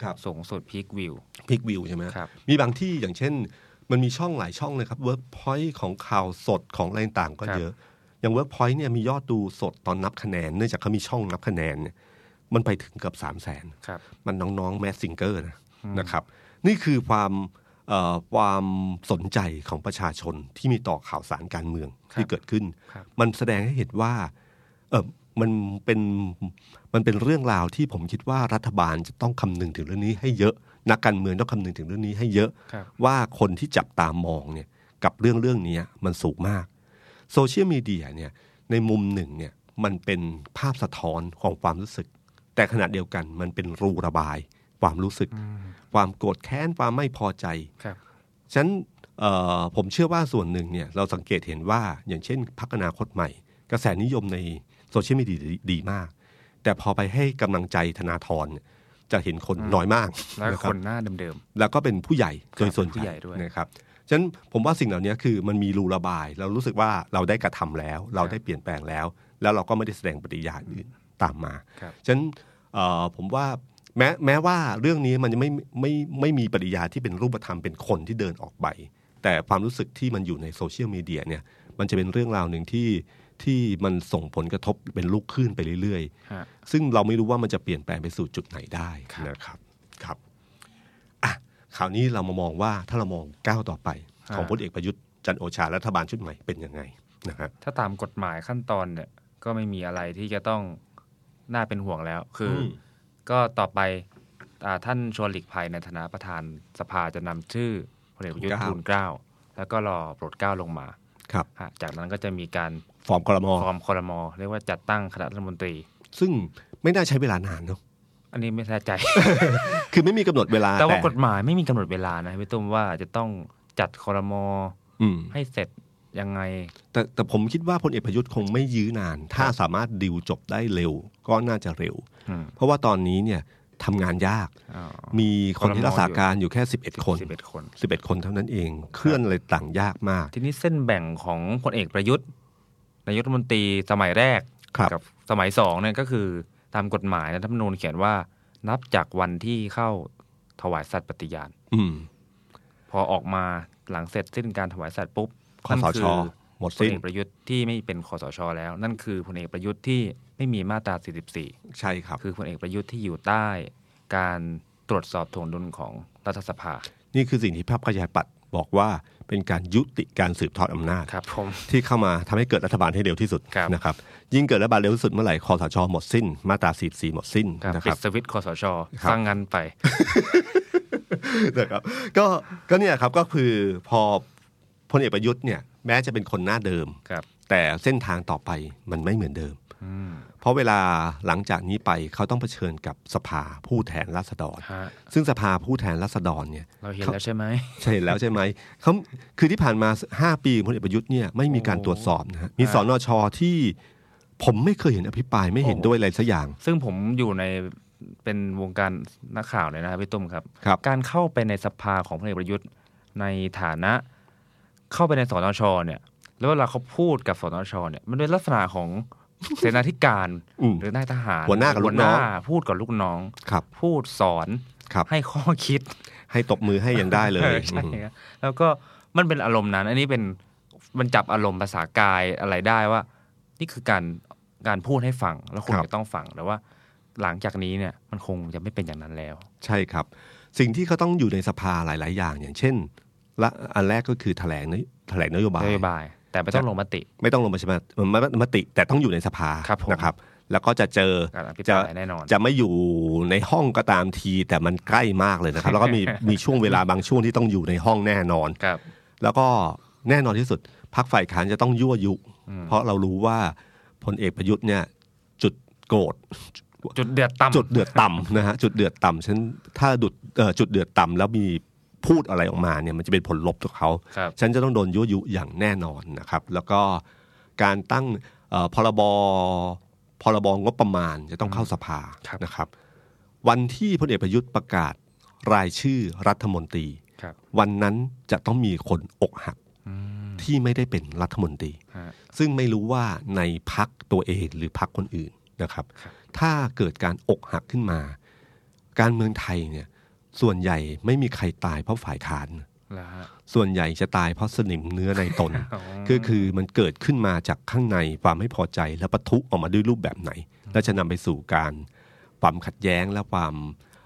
ครับ
สูงสุดพีควิว
พิกวิวใช่ไหมฮะ
ครับ
มีบางที่อย่างเช่น มันมีช่องหลายช่องเลยครับเวิร์กพอยต์ของข่าวสดของอะไรต่างๆก็
ครับ
เยอะ อย่างเวิร์กพอยต์เนี่ยมียอดดูสดตอนนับคะแนน เนื่องจากเขามีช่องนับคะแนนเนี่ยมันไปถึงเกือบสามแสน
ครับ
มันน้องๆแมสซิงเกอร์นะนะครับ นี่คือความเอ่อความสนใจของประชาชนที่มีต่อข่าวสารการเมืองที่เกิดขึ้น
ครับ
มันแสดงให้เห็นว่าเออมันเป็นมันเป็นเรื่องราวที่ผมคิดว่ารัฐบาลจะต้องคำนึงถึงเรื่องนี้ให้เยอะ นักการเมืองต้องคำนึงถึงเรื่องนี้ให้เยอะ
ครับ
ว่าคนที่จับตามองเนี่ยกับเรื่องเรื่องนี้มันสูงมากโซเชียลมีเดียเนี่ยในมุมหนึ่งเนี่ยมันเป็นภาพสะท้อนของความรู้สึก แต่ขณะเดียวกันมันเป็นรูระบาย ความรู้สึก ความโกรธแค้นความไม่พอใจ
ครับ
ฉะนันเอ่อผมเชื่อว่าส่วนหนึ่งเนี่ยเราสังเกตเห็นว่าอย่างเช่นพักอนาคตใหม่ กระแสนิยมในโซเชียลมีเดียดีดีมาก แต่พอไปให้กำลังใจธนาธรเนี่ยจะเห็นคนน้อยมาก
แล้ว
นะ
ค
ครับ
นหน้าเดิม
แล้วก็เป็นผู้ใหญ่
ครับ
โดยส่วน
เป็นผู้ใหญ่ด้วย
นะครับฉะนั้นผมว่าสิ่งเหล่านี้คือมันมีรูระบาย เรารู้สึกว่าเราได้กระทำแล้ว เราได้เปลี่ยนแปลงแล้ว แล้วเราก็ไม่ได้แสดงปฏิญาณอื่นตามมา
ครับ
ฉะนั้นเอ่อผมว่าแม้แม้ว่าเรื่องนี้มันจะไม่ไม่ไม่ไม่มีปฏิญาณที่เป็นรูปธรรมเป็นคนที่เดินออกไป แต่ความรู้สึกที่มันอยู่ในโซเชียลมีเดียเนี่ยมันจะเป็นเรื่องราวหนึ่งที่ที่มันส่งผลกระทบเป็นลูกคลื่นไปเรื่อย ๆ
ๆฮะ
ซึ่งเราไม่รู้ว่ามันจะเปลี่ยนแปลงไปสู่จุดไหนได้
ครับ
นะครับครับอ่ะคราวนี้เรามามองว่าถ้าเรามองก้าวต่อไป ของพลเอกประยุทธ์จันทร์โอชารัฐบาลชุดใหม่เป็นยังไงนะฮะ
ถ้าตามกฎหมายขั้นตอนเนี่ย ก็ไม่มีอะไรที่จะต้องน่าเป็นห่วงแล้ว คืออ
ม
ก็ต่อไปอ่าท่านชวนหลีกภัยในฐานะประธานสภาจะนำชื่อพลเอกประยุทธ์ทูลเกล้าแล้วก็รอโปรดเกล้าลงมา
ครับ
ฮะจากนั้นก็จะมีการ
ฟอร์มกรมอ
ฟอร์มคอรมอเรียกว่าจัดตั้งคณะรัฐมนตรี
ซึ่งไม่น่าใช้เวลานานเนาะ
อันนี้ ไม่แน่ใจ
คือไม่มีกำหนดเวลา
แต่ว่ากฎหมายไม่มีกำหนดเวลานะพี่ตุ้มว่าจะต้องจัดคอรมอ
อืม
ให้เสร็จยังไง
แต่แต่ผมคิดว่าพลเอกประยุทธ์คงไม่ยื้อนาน ถ้าสามารถดิวจบได้เร็ว ก็น่าจะเร็ว
อืม
เพราะว่าตอนนี้เนี่ยทำงานยาก
อ๋อ
มีคน
ครม
ที่รักษาการอยู่แค่ 11 คน
สิบเอ็ดคน
11 คนเท่านั้นเองเคลื่อนอะไรต่างยากมาก
ทีนี้เส้นแบ่งของพลเอกประยุทธ์นายกรัฐมนตรีสมัยแรก
ครับ
กับสมัยสองเนี่ยก็คือ ตามกฎหมายรัฐธรรมนูญเขียนว่า นับจากวันที่เข้าถวายสัตย์ปฏิญาณ
อืม
พอออกมาหลังเสร็จสิ้นการถวายสัตย์ปุ๊บ
คอสช
นั่น
หมด
พล
สิ้น
เอกประยุทธ์ที่ไม่เป็นคอสชแล้ว นั่นคือพลเอกประยุทธ์ที่ไม่มีมาตรา 44
ใช่ครับ
คือพลเอกประยุทธ์ที่อยู่ใต้ การตรวจสอบถวงดุลของรัฐสภา
นี่คือสิ่งที่พรรคประชาธิปัตย์บอกว่าเป็นการยุติการสืบทอดอำนาจ
ครับผม
ที่เข้ามาทำให้เกิดรัฐบาลให้เร็วที่สุด
ครับ
นะครับ ยิ่งเกิดรัฐบาลเร็วที่สุดเมื่อไหร่คอสชหมดสิ้น มาตรา44หมดสิ้น
ครับ
นะค
ปิ
รับ
ดสวิตช์คอสช
ครับ
สร้างงานไป
นะครับก็ก็เนี่ยครับก็คือพอพลเอกประยุทธ์เนี่ยแม้จะเป็นคนหน้าเดิม
ครับ
แต่เส้นทางต่อไปมันไม่เหมือนเดิม
อืม
เพราะเวลาหลังจากนี้ไปเขาต้องเผชิญกับสภาผู้แทนราษฎร
ฮะ
ซึ่งสภาผู้แทนราษฎรเนี่ย
เราเห็น
ครับ
แล้วใช่ไหม
ใช่แล้วใช่ไหมเขาคือที่ผ่านมา 5 ปีของพลเอกประยุทธ์เนี่ยไม่มีการตรวจสอบนะฮะมีสนชที่ผมไม่เคยเห็นอภิปรายไม่เห็นด้วยอะไรสักอย่าง
ซึ่งผมอยู่ในเป็นวงการนักข่าวเลยนะครับพี่ตุ้มครับ
ครับ
การเข้าไปในสภาของพลเอกประยุทธ์ในฐานะ เข้าไปในสนชเนี่ย แล้วเวลาเขาพูดกับสนชเนี่ย มันเป็นลักษณะของ เสนาธิการ
อืม
หรือนายทหาร
หัวหน้ากับลูกน้อง
หัวหาพูดกับลูกน้อง
ครับ
พูดสอน
ครับ
ให้ข้อคิด
ให้ตบมือให้ยังได้เล
เอย อใช่
อืม
ครับแล้วก็มันเป็นอารมณ์นั้น อันนี้เป็นมันจับอารมณ์ภาษากายอะไรได้ว่า นี่คือการการพูดให้ฟังแล้วคุณจะต้องฟังแต่ว่า หลังจากนี้เนี่ยมันคงจะไม่เป็นอย่างนั้นแล้ว
ใช่ครับ สิ่งที่เขาต้องอยู่ในสภาหลาย ๆ อย่างอย่างเช่นละอันแรกก็คือแถลงนโยแถลงนโยบาย
นโยบายแต่ไม่ต้องลงมติ
ไม่ต้องลงประชามติมมติแต่ต้องอยู่ในสภา
ครับผม
นะครับ แล้วก็จะเจอ
การอภิป
จะ
รายแน่นอน
จะไม่อยู่ในห้องก็ตามที แต่มันใกล้มากเลยนะครับ แล้วก็มี มีช่วงเวลาบางช่วงที่ต้องอยู่ในห้องแน่นอน
ครับ
แล้วก็แน่นอนที่สุดพักฝ่ายค้านจะต้องยั่วยุ
อืม
เพราะเรารู้ว่าพลเอกประยุทธ์เนี่ย จุดโกรธ
จุดเดือดต่ำ
จุดเดือดต่ำนะ ฮะจุดเดือดต่ำฉะนันถ้าดุดเอ่อจุดเดือดต่ำแล้วมีพูดอะไรออกมาเนี่ยมันจะเป็นผลลบต่อเขา
ครับ
ฉันจะต้องโดนยั่วยุอย่างแน่นอนนะครับ แล้วก็การตั้งเอ่อพรบพรบงบประมาณจะต้องเข้าสภา
ครับ
นะครับ วันที่พลเอกประยุทธ์ประกาศรายชื่อรัฐมนตรี
ครับ
วันนั้นจะต้องมีคนอกหัก
อืม
ที่ไม่ได้เป็นรัฐมนตรี
ฮะ
ซึ่งไม่รู้ว่าในพักตัวเองหรือพักคนอื่นนะครับ
ครับ
ถ้าเกิดการอกหักขึ้นมา การเมืองไทยเนี่ยส่วนใหญ่ไม่มีใครตายเพราะฝ่ายค้าน
แล้วฮะ
ส่วนใหญ่จะตายเพราะสนิมเนื้อในต น
อ๋อ
ก็คือมันเกิดขึ้นมาจากข้างในความไม่พอใจและปะทุออกมาด้วยรูปแบบไหน และจะนำไปสู่การความขัดแย้งและความ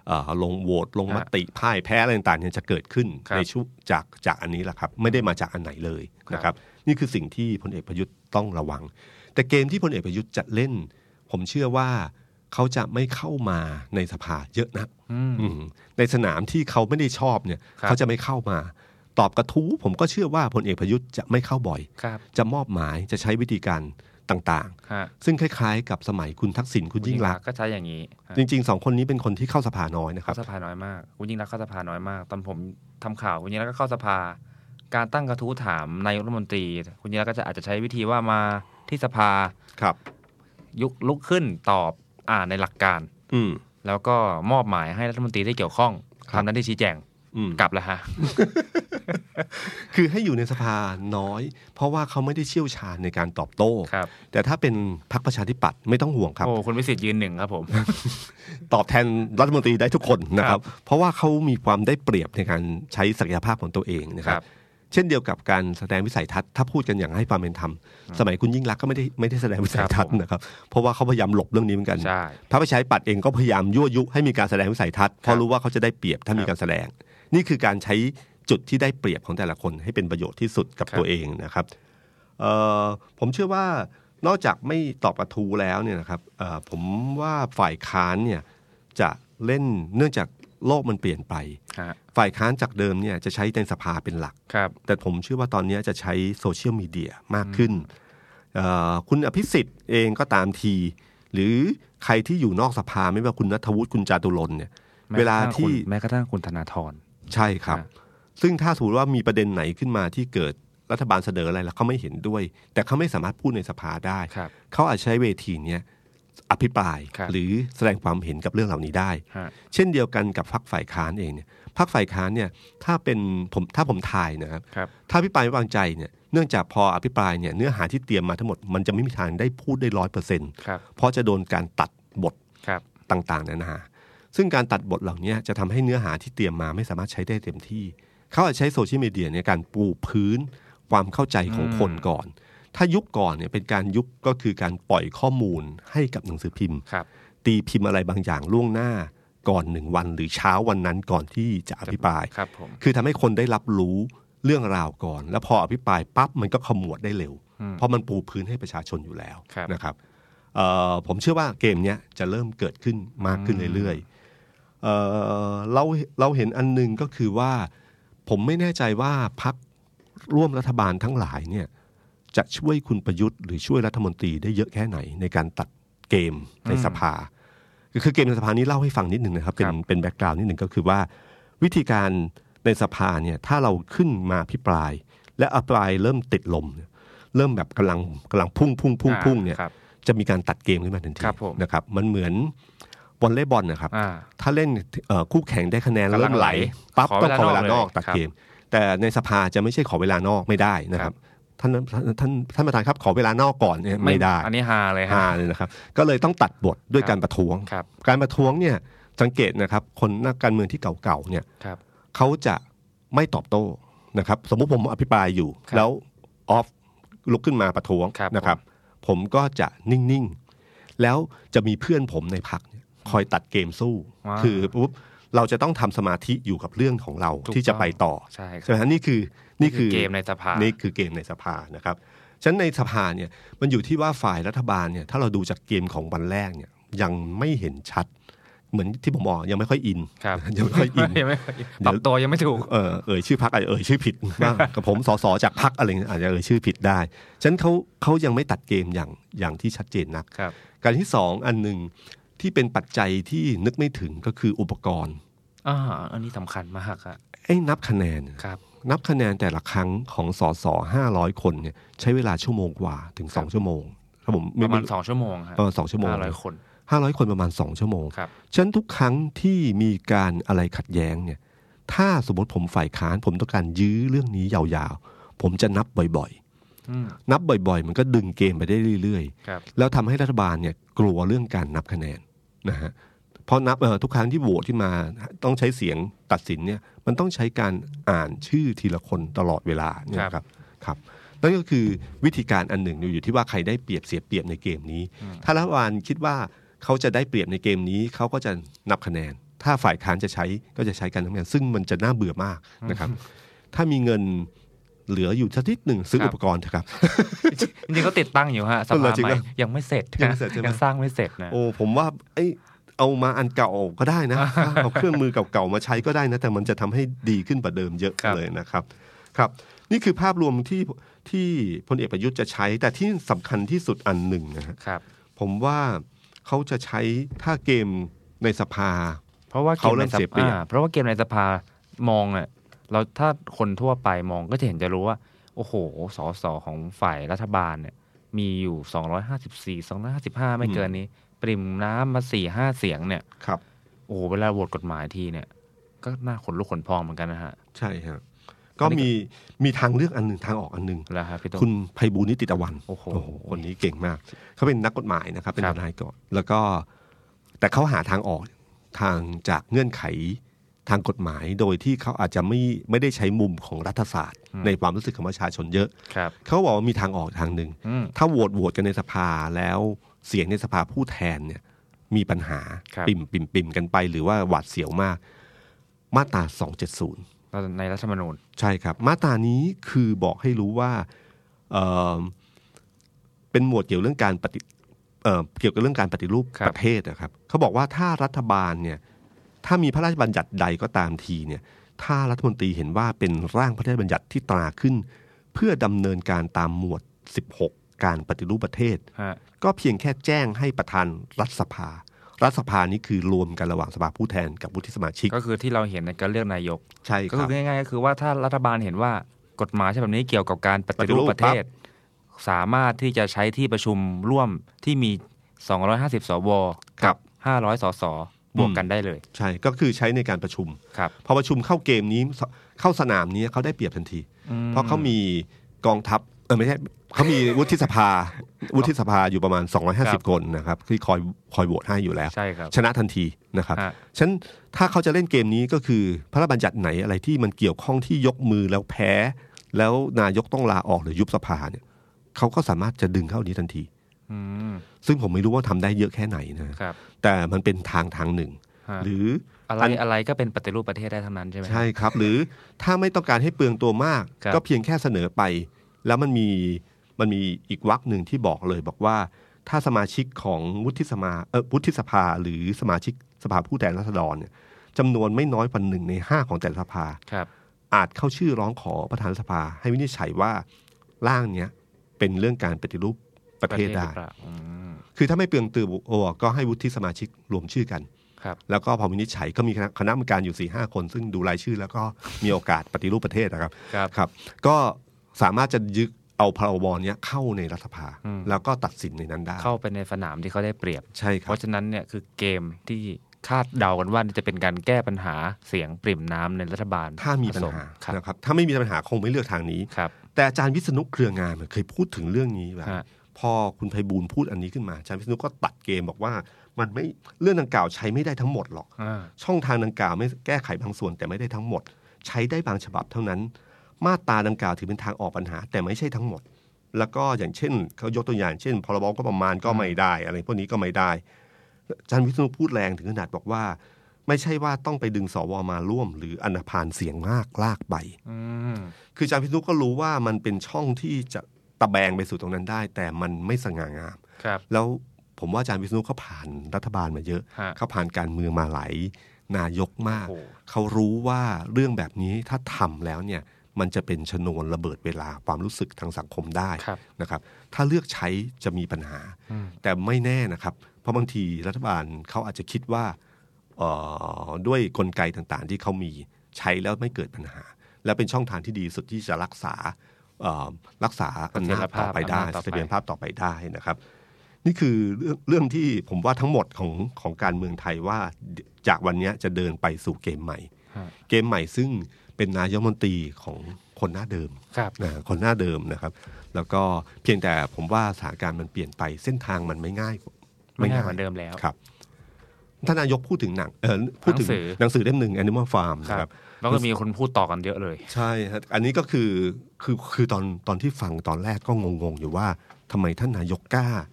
เอ่อลงโหวตลงมติพ่ายแพ้อะไรต่างๆเนี่ยจะเกิดขึ้นในช่วงจากจากอันนี้แหละครับ ไม่ได้มาจากอันไหนเลยนะครับ นี่คือสิ่งที่พลเอกประยุทธ์ต้องระวัง แต่เกมที่พลเอกประยุทธ์จะเล่น ผมเชื่อว่าเขาจะไม่เข้ามาในสภาเยอะนัก
อืม
อืมในสนามที่เขาไม่ได้ชอบเนี่ย
ครับ
เขาจะไม่เข้ามา ตอบกระทู้ผมก็เชื่อว่าพลเอกประยุทธ์จะไม่เข้าบ่อย
ครับ
จะมอบหมายจะใช้วิธีการต่าง
ฮะ
ๆ ซึ่งคล้ายๆ กับสมัยคุณทักษิณคุณยิ่งลักษณ์
ก็ใช้อย่างนี้ฮะ
จริงๆสองคนนี้เป็นคนที่เข้าสภาน้อยนะค
เข้า
รับ
สภาน้อยมากคุณยิ่งรักษณ์เข้าสภาน้อยมาก ตอนผมทำข่าวคุณยิ่งรักษณ์ก็เข้าสภา การตั้งกระทู้ถามนายกรัฐมนตรี คุณยิ่งรักษณ์ก็จะอาจจะใช้วิธีว่ามาที่สภา
ครับ
ยุกลุกขึ้นตอบอ่านในหลักการ
อืม
แล้วก็มอบหมายให้รัฐมนตรีที่เกี่ยวข้อง
ครับ
ทำหน้าที่ชี้แจง
อืม
กลับแล้วฮะ
คือให้อยู่ในสภาน้อย เพราะว่าเขาไม่ได้เชี่ยวชาญในการตอบโต้
ครับ
แต่ถ้าเป็นพรรคประชาธิปัตย์ไม่ต้องห่วงครับ
โอ้คุณวิสิทธิ์ยืนหนึ่งครับผม
ตอบแทนรัฐมนตรีได้ทุกคนนะครับ เพราะว่าเขามีความได้เปรียบในการใช้ศักยภาพของตัวเองนะครับ เช่นเดียวกับการแสดงวิสัยทัศน์ถ้าพูดกันอย่างให้ความเป็นธรรม สมัยคุณยิ่งรักษณ์ก็ไม่ได้ไม่ได้แสดงวิสัยทัศน์นะครับ เพราะว่าเขาพยายามหลบเรื่องนี้เหมือนกัน
ใช่
พระประชาธิปัตย์เองก็พยายามยั่วยุให้มีการแสดงวิสัยทัศน์เพราะรู้ว่าเขาจะได้เปรียบถ้ามีการแสดง นี่คือการใช้จุดที่ได้เปรียบของแต่ละคนให้เป็นประโยชน์ที่สุดกับ
ครับ
ตัวเองนะครับเอ่อผมเชื่อว่านอกจากไม่ตอบกระทูแล้วเนี่ยนะครับเอ่อผมว่าฝ่ายค้านเนี่ยจะเล่นเนื่องจากโลกมันเปลี่ยนไป
ฮะ
ฝ่ายค้านจากเดิมเนี่ยจะใช้ในสภาเป็นหลัก
ครับ
แต่ผมเชื่อว่าตอนนี้จะใช้โซเชียลมีเดียมากขึ้นเอ่อคุณอภิสิทธิ์เองก็ตามที หรือใครที่อยู่นอกสภาไม่ว่าคุณนัทวุฒิคุณจาตุรนต์เนี่ย เวลาที่
แม้กระทั่งคุณธนาธร
ใช่ครับ
อ่า
ซึ่งถ้าสมมติว่ามีประเด็นไหนขึ้นมาที่เกิดรัฐบาลเสนออะไรแล้วเขาไม่เห็นด้วย แต่เขาไม่สามารถพูดในสภาได้
ครับ
เขาอาจใช้เวทีเนี้ยอภิปราย
ครับ
หรือแสดงความเห็นกับเรื่องเหล่านี้ได้
ฮะ
เช่นเดียวกันกับพรรคฝ่ายค้านเองเนี่ยพรรคฝ่ายค้านเนี่ยถ้าเป็นผมถ้าผมทายนะครับ
ครับ
ถ้าอภิปรายไม่วางใจเนี่ยเนื่องจากพออภิปรายเนี่ยเนื้อหาที่เตรียมมาทั้งหมดมันจะไม่มีทางได้พูดได้ร้อยเปอร์เซ็นต์
ครับ
เพราะจะโดนการตัดบท ต่างๆนานา ซึ่งการตัดบทเหล่านี้จะทำให้เนื้อหาที่เตรียมมาไม่สามารถใช้ได้เต็มที่ เขาอาจใช้โซเชียลมีเดียในการปูพื้นความเข้าใจของคนก่อน ถ้ายุคก่อนเนี่ยเป็นการยุคก็คือการปล่อยข้อมูลให้กับหนังสือพิมพ์
ครับ
ตีพิมพ์อะไรบางอย่างล่วงหน้าก่อนหนึ่งวันหรือเช้าวันนั้นก่อนที่จะอภิปราย
ครับผม
คือทำให้คนได้รับรู้เรื่องราวก่อน แล้วพออภิปรายปั๊บมันก็ขมวดได้เร็ว เพราะมันปูพื้นให้ประชาชนอยู่แล้ว
ครับ
นะครับเอ่อผมเชื่อว่าเกมเนี้ยจะเริ่มเกิดขึ้นมากขึ้นเรื่อยๆเอ่อเราเราเห็นอันหนึงก็คือว่า ผมไม่แน่ใจว่าพักร่วมรัฐบาลทั้งหลายเนี่ยจะช่วยคุณประยุทธ์หรือช่วยรัฐมนตรีได้เยอะแค่ไหนในการตัดเกมในสภา คือเกมในสภานี้เล่าให้ฟังนิดหนึ่งนะครับ เป็
ครั
น
บ
เป็นแบ็กกราวน์นิดหนึ่งก็คือว่า วิธีการในสภาเนี่ยถ้าเราขึ้นมาพิปราย และอภิปรายเริ่มติดลมเนี่ยเริ่มแบบกำลังกำลังพุ่งพุ่งพุ่งพุ่งเนี่ย
ครับ
จะมีการตัดเกมขึ้นมาทันที
ครับผม
นะครับ มันเหมือนวอลเลย์บอลนะครับ
อ่า
ถ้าเล่นเอ่อคู่แข่งได้คะแนน
กำลัง
เริ่มไหล
ไหล
ปั๊บ
ขอ
ต้องขอ
เว
เว
ลา
ลาน น
อ
อก ก
เลย
ตัด
ครับ
เกม แต่ในสภาจะไม่ใช่ขอเวลานอกไม่ได้นะค
ครั
รับ บท่านท่านท่านประธานครับขอเวลานอกก่อนเนี่ยไม่ได้
อันนี้ฮาเลยฮะ
ฮาเลยนะครับ ก็เลยต้องตัดบทด้วย
ครับ
การประท้วง
ครับ
การประท้วงเนี่ยสังเกตนะครับ คนนักการเมืองที่เก่าๆเนี่ย
ครับ
เขาจะไม่ตอบโต้นะครับ สมมุติผมอภิปรายอยู่
ครับ
แล้วออฟลุกขึ้นมาประท้วง
ครับ
นะครับ ผมก็จะนิ่งๆ แล้วจะมีเพื่อนผมในพักคอยตัดเกมสู้
ว้าว
คือปุ๊บเราจะต้องทำสมาธิอยู่กับเรื่องของเรา
ถูก
ที่จะไปต่อ
ใช่ค
ใช่ไห
รับ
มฮะนี่คือนี่คือ
เกมในสภานี่
นี่คือเกมในสภานะครับฉะนั้นในสภาเนี่ยมันอยู่ที่ว่าฝ่ายรัฐบาลเนี่ยถ้าเราดูจากเกมของวันแรกเนี่ยยังไม่เห็นชัด เหมือนที่ผมบอกยังไม่ค่อยอิน
ครับ
ยังไม่ค่อยอิน
ยังไม่ปรับตัวยังไม่ถูก
เออเอ่ยชื่อพักอาจจะเอ่ยชื่อผิ ดบ้างกับผมสสจากพักอะไรเงี้ยอาจจะเอ่ยชื่อผิดได้ฉะนั้นเขาเขายังไม่ตัดเกมอย่างอย่างที่ชัดเจนนัก
ครับ
การที่สองอันหนึ่งที่เป็นปัจจัยที่นึกไม่ถึงก็คืออุปกรณ์
อ่า อันนี้สำคัญมากอะ
ไอ้นับคะแนน
ครับ
นับคะแนนแต่ละครั้งของสสห้าร้อยคนเนี่ยใช้เวลาชั่วโมงกว่าถึงสองชั่วโมงครับผม
ประมาณสองชั่วโมงฮะ
ประมาณสองชั่วโมง
ห้าร้อยคน
ห้าร้อยคนประมาณสองชั่วโมง
ครับ
ฉะนันทุกครั้งที่มีการอะไรขัดแย้งเนี่ย ถ้าสมมติผมฝ่ายค้านผมต้องการยื้อเรื่องนี้ยาวๆ ผมจะนับบ่อย
อืม
ๆ นับบ่อยๆ มันก็ดึงเกมไปได้เรื่อยๆ
ครับ
แล้วทำให้รัฐบาลเนี่ยกลัวเรื่องการนับคะแนนนะฮะเพราะนับเอ่อทุกครั้งที่โหวตที่มาต้องใช้เสียงตัดสินเนี่ยมันต้องใช้การอ่านชื่อทีละคนตลอดเวลาเนี่ย
ค
ค
รั
รับ บครับนั่นก็คือวิธีการอันหนึ่งอยู่ที่ว่าใครได้เปรียบเสียเปรียบในเกมนี้ ถ้ารัฐบาลคิดว่าเขาจะได้เปรียบในเกมนี้เขาก็จะนับคะแนน ถ้าฝ่ายค้านจะใช้ก็จะใช้การนับคะแนนซึ่งมันจะน่าเบื่อมากนะครับ ถ้ามีเงินเหลืออยู่สักนิดหนึ่งซื้ออุปกรณ์เถอะครับ
จริงๆก็ติดตั้งอยู่ฮะส
เอาเหร
ภา
อจริง
ใหม่
เหรอ
ยังไม่เสร็จ
ยัง
นะ
ไม่เสร็จใช่ไหม
ยังสร้างไม่เสร็จนะ
โอ้ผมว่าไอยเอามาอันเก่าก็ได้ นะ เอาเครื่องมือเก่าๆมาใช้ก็ได้นะ แต่มันจะทำให้ดีขึ้นกว่าเดิมเยอะ
ครับ
เลยนะครับ ครับ นี่คือภาพรวมที่ที่พลเอกประยุทธ์จะใช้ แต่ที่สำคัญที่สุดอันหนึ่งนะฮะ
ครับ
ผมว่าเขาจะใช้ถ้าเกมในสภา
เพราะว่า
เขาเริ่ม
กใน
เสียเปรียบ
อ่าเพราะว่าเกมในสภามองอ่ะเราถ้าคนทั่วไปมองก็จะเห็นจะรู้ว่า โอ้โหสสของฝ่ายรัฐบาลเนี่ย มีอยู่ 254 255 ไม่เกินนี้ ปริมน้ำมาสี่ห้าเสียงเนี่ย
ครับ
โอ้โหเวลาโหวตกฎหมายทีเนี่ย ก็น่าขนลุกขนพองเหมือนกันนะฮะ
ใช่ฮะก็
อันนี้ก็
มีมีทางเลือกอันหนึ่งทางออกอันหนึ่ง
แล้วฮะพี่ต้น
คุณไพบูลย์นิติตะวัน
โอ้โห
คนนี้เก่งมาก เขาเป็นนักกฎหมายนะครับ เป็น
ค
ท
รับ
นายก่อน แล้วก็แต่เขาหาทางออกทางจากเงื่อนไขทางกฎหมาย โดยที่เขาอาจจะไม่ไม่ได้ใช้มุมของรัฐศาสตร์ ในความรู้สึกของประชาชนเยอะ
ครับ
เขาบอกว่ามีทางออกทางหนึ่ง
อืม
ถ้าโหวตโหวตกันในสภาแล้วเสียงในสภาผู้แทนเนี่ยมีปัญหา
ครับ
ปิ่มปิ่มปิ่มกันไป หรือว่าหวาดเสียวมาก มาตรา270
แล้วในรัฐธรรมนูญ
ใช่ครับ มาตรานี้คือบอกให้รู้ว่าเอ่อเป็นหมวดเกี่ยวเรื่องการปฏิเอ่อเกี่ยวกับเรื่องการปฏิรูป
ครับ
ประเทศนะครับเขาบอกว่าถ้ารัฐบาลเนี่ยถ้ามีพระราชบัญญัติใดก็ตามทีเนี่ยถ้ารัฐมนตรีเห็นว่าเป็นร่างพระราชบัญญัติที่ตราขึ้น เพื่อดำเนินการตามหมวด 16 การปฏิรูปประเทศ
ฮะ
ก็เพียงแค่แจ้งให้ประธานรัฐสภา รัฐสภานี้คือรวมกันระหว่างสภาผู้แทนกับวุฒิสมาชิก
ก็คือที่เราเห็นในการเลือกนายก
ใช่
ก็
ค
คื
รับ
อง่ายๆก็คือว่าถ้ารัฐบาลเห็นว่ากฎหมายฉบับนี้เกี่ยวกับการปฏิ
ปฏิ
รูป
รูป
ประเทศ สามารถที่จะใช้ที่ประชุมร่วมที่มี 250 สว
ครั
กับ 500 สสบวกกันได้เลย
ใช่ก็คือใช้ในการประชุม
ครับ
พอประชุมเข้าเกมนี้เข้าสนามนี้เขาได้เปรียบทันที
อืม
เพราะเขามีกองทัพเ อไม่ใช่เขามีวุฒิสภา วุฒิสภาอยู่ประมาณ
ครับ
250 คนนะครับที่คอยคอยโหวตให้อยู่แล้ว
ใช่ครับ
ชนะทันทีนะครับ
ฮะ
ฉะนันถ้าเขาจะเล่นเกมนี้ก็คือพระราชบัญญัติไหนอะไรที่มันเกี่ยวข้องที่ยกมือแล้วแพ้ แล้วนายกต้องลาออกหรือยุบสภาเนี่ยเขาก็สามารถจะดึงเข้าอันนี้ทันที
อืม
ซึ่งผมไม่รู้ว่าทำได้เยอะแค่ไหนนะครับแต่มันเป็นทางทางหนึ่ง
ฮะ
หรือ
อะไรอะไรก็เป็นปฏิรูปประเทศได้ทั้งนั้นใช่ไหม
ใช่ครับ หรือถ้าไม่ต้องการให้เปลืองตัวมาก
ครับ
ก็เพียงแค่เสนอไป แล้วมันมีมันมีอีกวรรคหนึ่งที่บอกเลย บอกว่าถ้าสมาชิกของวุฒิสมาเออวุฒิสภา หรือสมาชิกสภาผู้แทนราษฎรเนี่ยจำนวนไม่น้อยกว่าหนึ่งในห้าของแต่ละสภา
ครับ
อาจเข้าชื่อร้องขอประธานสภา ให้วินิจฉัยว่าร่างเนี้ยเป็นเรื่องการปฏิรูปประเทศ
ห
ได้
อปล่าอืม
คือถ้าไม่เปลืองตัวโอก็ให้วุฒิสมาชิกรวมชื่อกัน
ครับ
แล้วก็พอวินิจฉัยก็มีคณะคณะกรรมการอยู่4ี่ห้าคน ซึ่งดูรายชื่อแล้วก็มีโอกาสปฏิรูปประเทศนะครับ
ครับ
ครับ ก็สามารถจะยึดเอาพรบเนี้ยเข้าในรัฐสภา
อืม
แล้วก็ตัดสินในนั้นได้
เข้าไปในสนามที่เขาได้เปรียบ
ใช่ค
เพ
รับ
ราะฉะนั้นเนี่ยคือเกมที่คาดเดากันว่าจะเป็นการแก้ปัญหาเสียงปริ่มน้ำในรัฐบาล
ถ้ามีปัญหา
ผสมครับ
นะครับถ้าไม่มีปัญหาคงไม่เลือกทางนี้
ครับ
แต่อาจารย์วิษณุเครืองามเนี่ยเคยพูดถึงเรื่องนี้แบบ
ฮะ
พอคุณไพบูลย์พูดอันนี้ขึ้นมาอาจารย์วิษณุก็ตัดเกมบอกว่า มันไม่เรื่องดังกล่าวใช้ไม่ได้ทั้งหมดหรอก
อ่า
ช่องทางดังกล่าวไม่แก้ไขบางส่วนแต่ไม่ได้ทั้งหมด ใช้ได้บางฉบับเท่านั้น มาตราดังกล่าวถือเป็นทางออกปัญหา แต่ไม่ใช่ทั้งหมด แล้วก็อย่างเช่นเขายกตัวอย่างเช่นพรบก็ประมาณก็ไม่ได้ อะไรพวกนี้ก็ไม่ได้อาจารย์วิษณุพูดแรงถึงขนาดบอกว่า ไม่ใช่ว่าต้องไปดึงสวมาร่วม หรืออันธพาลเสียงมากลากไป
อืม
คืออาจารย์พิษณุก็รู้ว่ามันเป็นช่องที่จะตะแบงไปสู่ตรงนั้นได้ แต่มันไม่สง่างาม
ครับ
แล้วผมว่าอาจารย์วิษณุเขาผ่านรัฐบาลมาเยอะ
ฮะ
เขาผ่านการเมืองมาหลายนายกมาก
โอ้โห
เขารู้ว่าเรื่องแบบนี้ถ้าทำแล้วเนี่ยมันจะเป็นชนวนระเบิดเวลาความรู้สึกทางสังคมได้
ครับ
นะครับ ถ้าเลือกใช้จะมีปัญหา
อืม
แต่ไม่แน่นะครับ เพราะบางทีรัฐบาลเขาอาจจะคิดว่าเอ่อด้วยกลไกต่างๆ ที่เขามีใช้แล้วไม่เกิดปัญหา และเป็นช่องทางที่ดีสุดที่จะรักษาเอ่อรักษาอำนาจต่อไปได้
เสถียรภาพอำนาจต่อไป
เสถียรภาพต่อไปได้นะครับ นี่คือเรื่องเรื่องที่ผมว่าทั้งหมดของของการเมืองไทยว่าจากวันเนี้ยจะเดินไปสู่เกมใหม่
ฮะ
เกมใหม่ซึ่งเป็นนายกรัฐมนตรีของคนหน้าเดิม
ครับ
นะคนหน้าเดิมนะครับ แล้วก็เพียงแต่ผมว่าสถานการณ์มันเปลี่ยนไปเส้นทางมันไม่ง่าย
ไม่ง่ายเหมือนเดิมแล้ว
ครับท่านนายกพูดถึงหนังเออพูดถึง
หนังสือ
หนังสือเล่มหนึ่ง Animal Farm
ค
นะค
รั
รั
บบ แล้วก็มีคนพูดต่อกันเยอะเลย
ใช่ครับอันนี้ก็คือคือคือตอนตอนที่ฟังตอนแรกก็งงๆอยู่ว่าทำไมท่านนายกกล้าก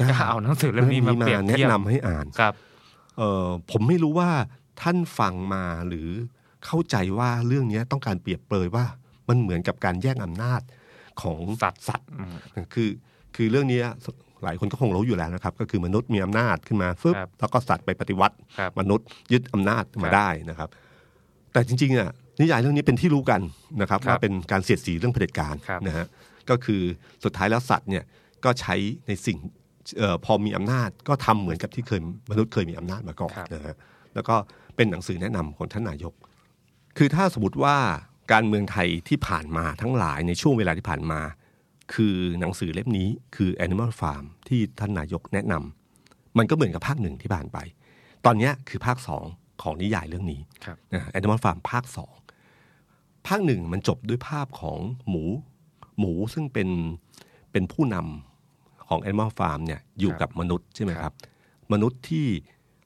กล้าเอาหนังสือเล่มนี้มาเปรียบเทียบ
แนะนำให้อ่าน
ครับ
เออผมไม่รู้ว่าท่านฟังมาหรือเข้าใจว่าเรื่องเนี้ยต้องการเปรียบเปรยว่ามันเหมือนกับการแย่งอำนาจของ
สัตว์
สัตว์
อืม
คือคือเรื่องเนี้ยหลายคนก็คงรู้อยู่แล้วนะครับ ก็คือมนุษย์มีอำนาจขึ้นมาฟึบ
ครับ
แล้วก็สัตว์ไปปฏิวัติ
ครับ
มนุษย์ยึดอำนาจ
ครั
มา
บ
ได้นะครับ แต่จริงๆอ่ะนิยายเรื่องนี้เป็นที่รู้กันนะครับ
ครับ
ว่าเป็นการเสียดสีเรื่องเผด็จการ
ครับ
นะฮะก็คือสุดท้ายแล้วสัตว์เนี่ยก็ใช้ในสิ่ง เออพอมีอำนาจก็ทำเหมือนกับที่เคยมนุษย์เคยมีอำนาจมาก่อน
ครับ
นะฮะแล้วก็เป็นหนังสือแนะนำของท่านนายก คือถ้าสมมติว่าการเมืองไทยที่ผ่านมาทั้งหลายในช่วงเวลาที่ผ่านมา คือหนังสือเล่มนี้คือ Animal Farm ที่ท่านนายกแนะนำมันก็เหมือนกับภาคหนึ่งที่ผ่านไป ตอนเนี้ยคือภาคสองของนิยายเรื่องนี้
ครับ
นะ Animal Farm ภาคสองภาคหนึ่งมันจบด้วยภาพของหมู หมูซึ่งเป็นเป็นผู้นำของ Animal Farm เนี่ยอยู่
ครับ
กับมนุษย์ใช่ไหมครับ มนุษย์ที่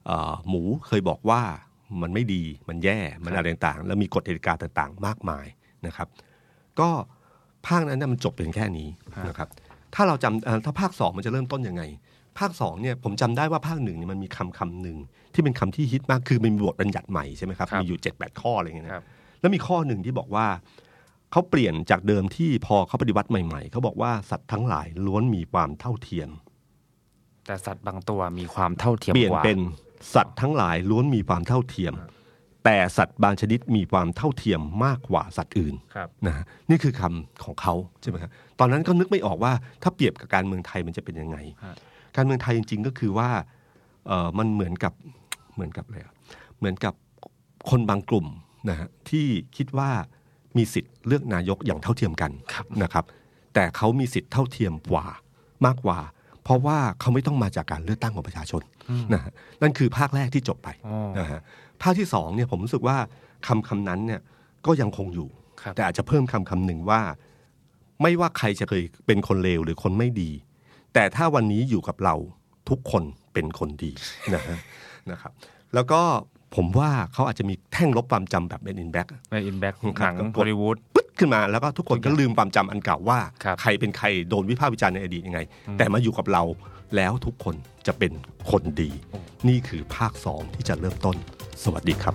เอ่อหมูเคยบอกว่ามันไม่ดีมันแย่มัน
ครับ
อะไรต่างๆ แล้วมีกฎกติกาต่างๆ มากมายนะครับ ก็ภาคนั้นนะมันจบเพียงแค่นี้นะครับ ถ้าเราจำเอ่อถ้าภาคสองมันจะเริ่มต้นยังไง ภาคสองเนี่ยผมจำได้ว่าภาคหนึ่งเนี่ยมันมีคำคำหนึ่งที่เป็นคำที่ฮิตมากคือมันมีบทบัญญัติใหม่ใช่ไหมครับ
ครับ
มีอยู่เจ็ดแปดข้ออะไรอย่างเงี้ย
ค
นะ
รับ
แล้วมีข้อหนึ่งที่บอกว่า เขาเปลี่ยนจากเดิมที่พอเขาปฏิวัติใหม่ๆ เขาบอกว่าสัตว์ทั้งหลายล้วนมีความเท่าเทียม
แต่สัตว์บางตัวมีความเท่าเทียม
เปลี่ยน
กว่า
เป็นสัตว์ทั้งหลายล้วนมีความเท่าเทียม แต่สัตว์บางชนิดมีความเท่าเทียมมากกว่าสัตว์อื่น
ครับ
นะฮะนี่คือคำของเขาใช่ไหมครับตอนนั้นก็นึกไม่ออกว่าถ้าเปรียบกับการเมืองไทยมันจะเป็นยังไง
ฮะ
การเมืองไทยจริงๆก็คือว่าเออมันเหมือนกับเหมือนกับอะไรอะเหมือนกับคนบางกลุ่มนะฮะที่คิดว่ามีสิทธิ์เลือกนายกอย่างเท่าเทียมกันนะครับ แต่เขามีสิทธิ์เท่าเทียมกว่ามากกว่า เพราะว่าเขาไม่ต้องมาจากการเลือกตั้งของประชาชนนะฮะนั่นคือภาคแรกที่จบไป
อ๋อ
นะฮะภาคที่สองเนี่ยผมรู้สึกว่าคำคำนั้นเนี่ยก็ยังคงอยู่
ครับ
แต่อาจจะเพิ่มคำคำหนึ่งว่า ไม่ว่าใครจะเคยเป็นคนเลวหรือคนไม่ดี แต่ถ้าวันนี้อยู่กับเราทุกคนเป็นคนดี นะฮะนะครับ แล้วก็ผมว่าเขาอาจจะมีแท่งลบความจำแบบ Men in Black อะ
ในอินแบ็
ค
ก
รับ
หนัง
ครับ
ฮอลลีวูด
ปึ๊ดขึ้นมาแล้วก็ทุกคนก็ลืมความจำอันเก่าว่า
ครับ
ใครเป็นใครโดนวิพากษ์วิจารณ์ในอดีตยังไง แต่มาอยู่กับเราแล้วทุกคนจะเป็นคนดี นี่คือภาค 2 ที่จะเริ่มต้น สวัสดีครับ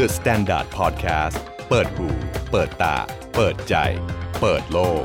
The Standard Podcast เปิดหูเปิดตา เปิดใจ เปิดโลก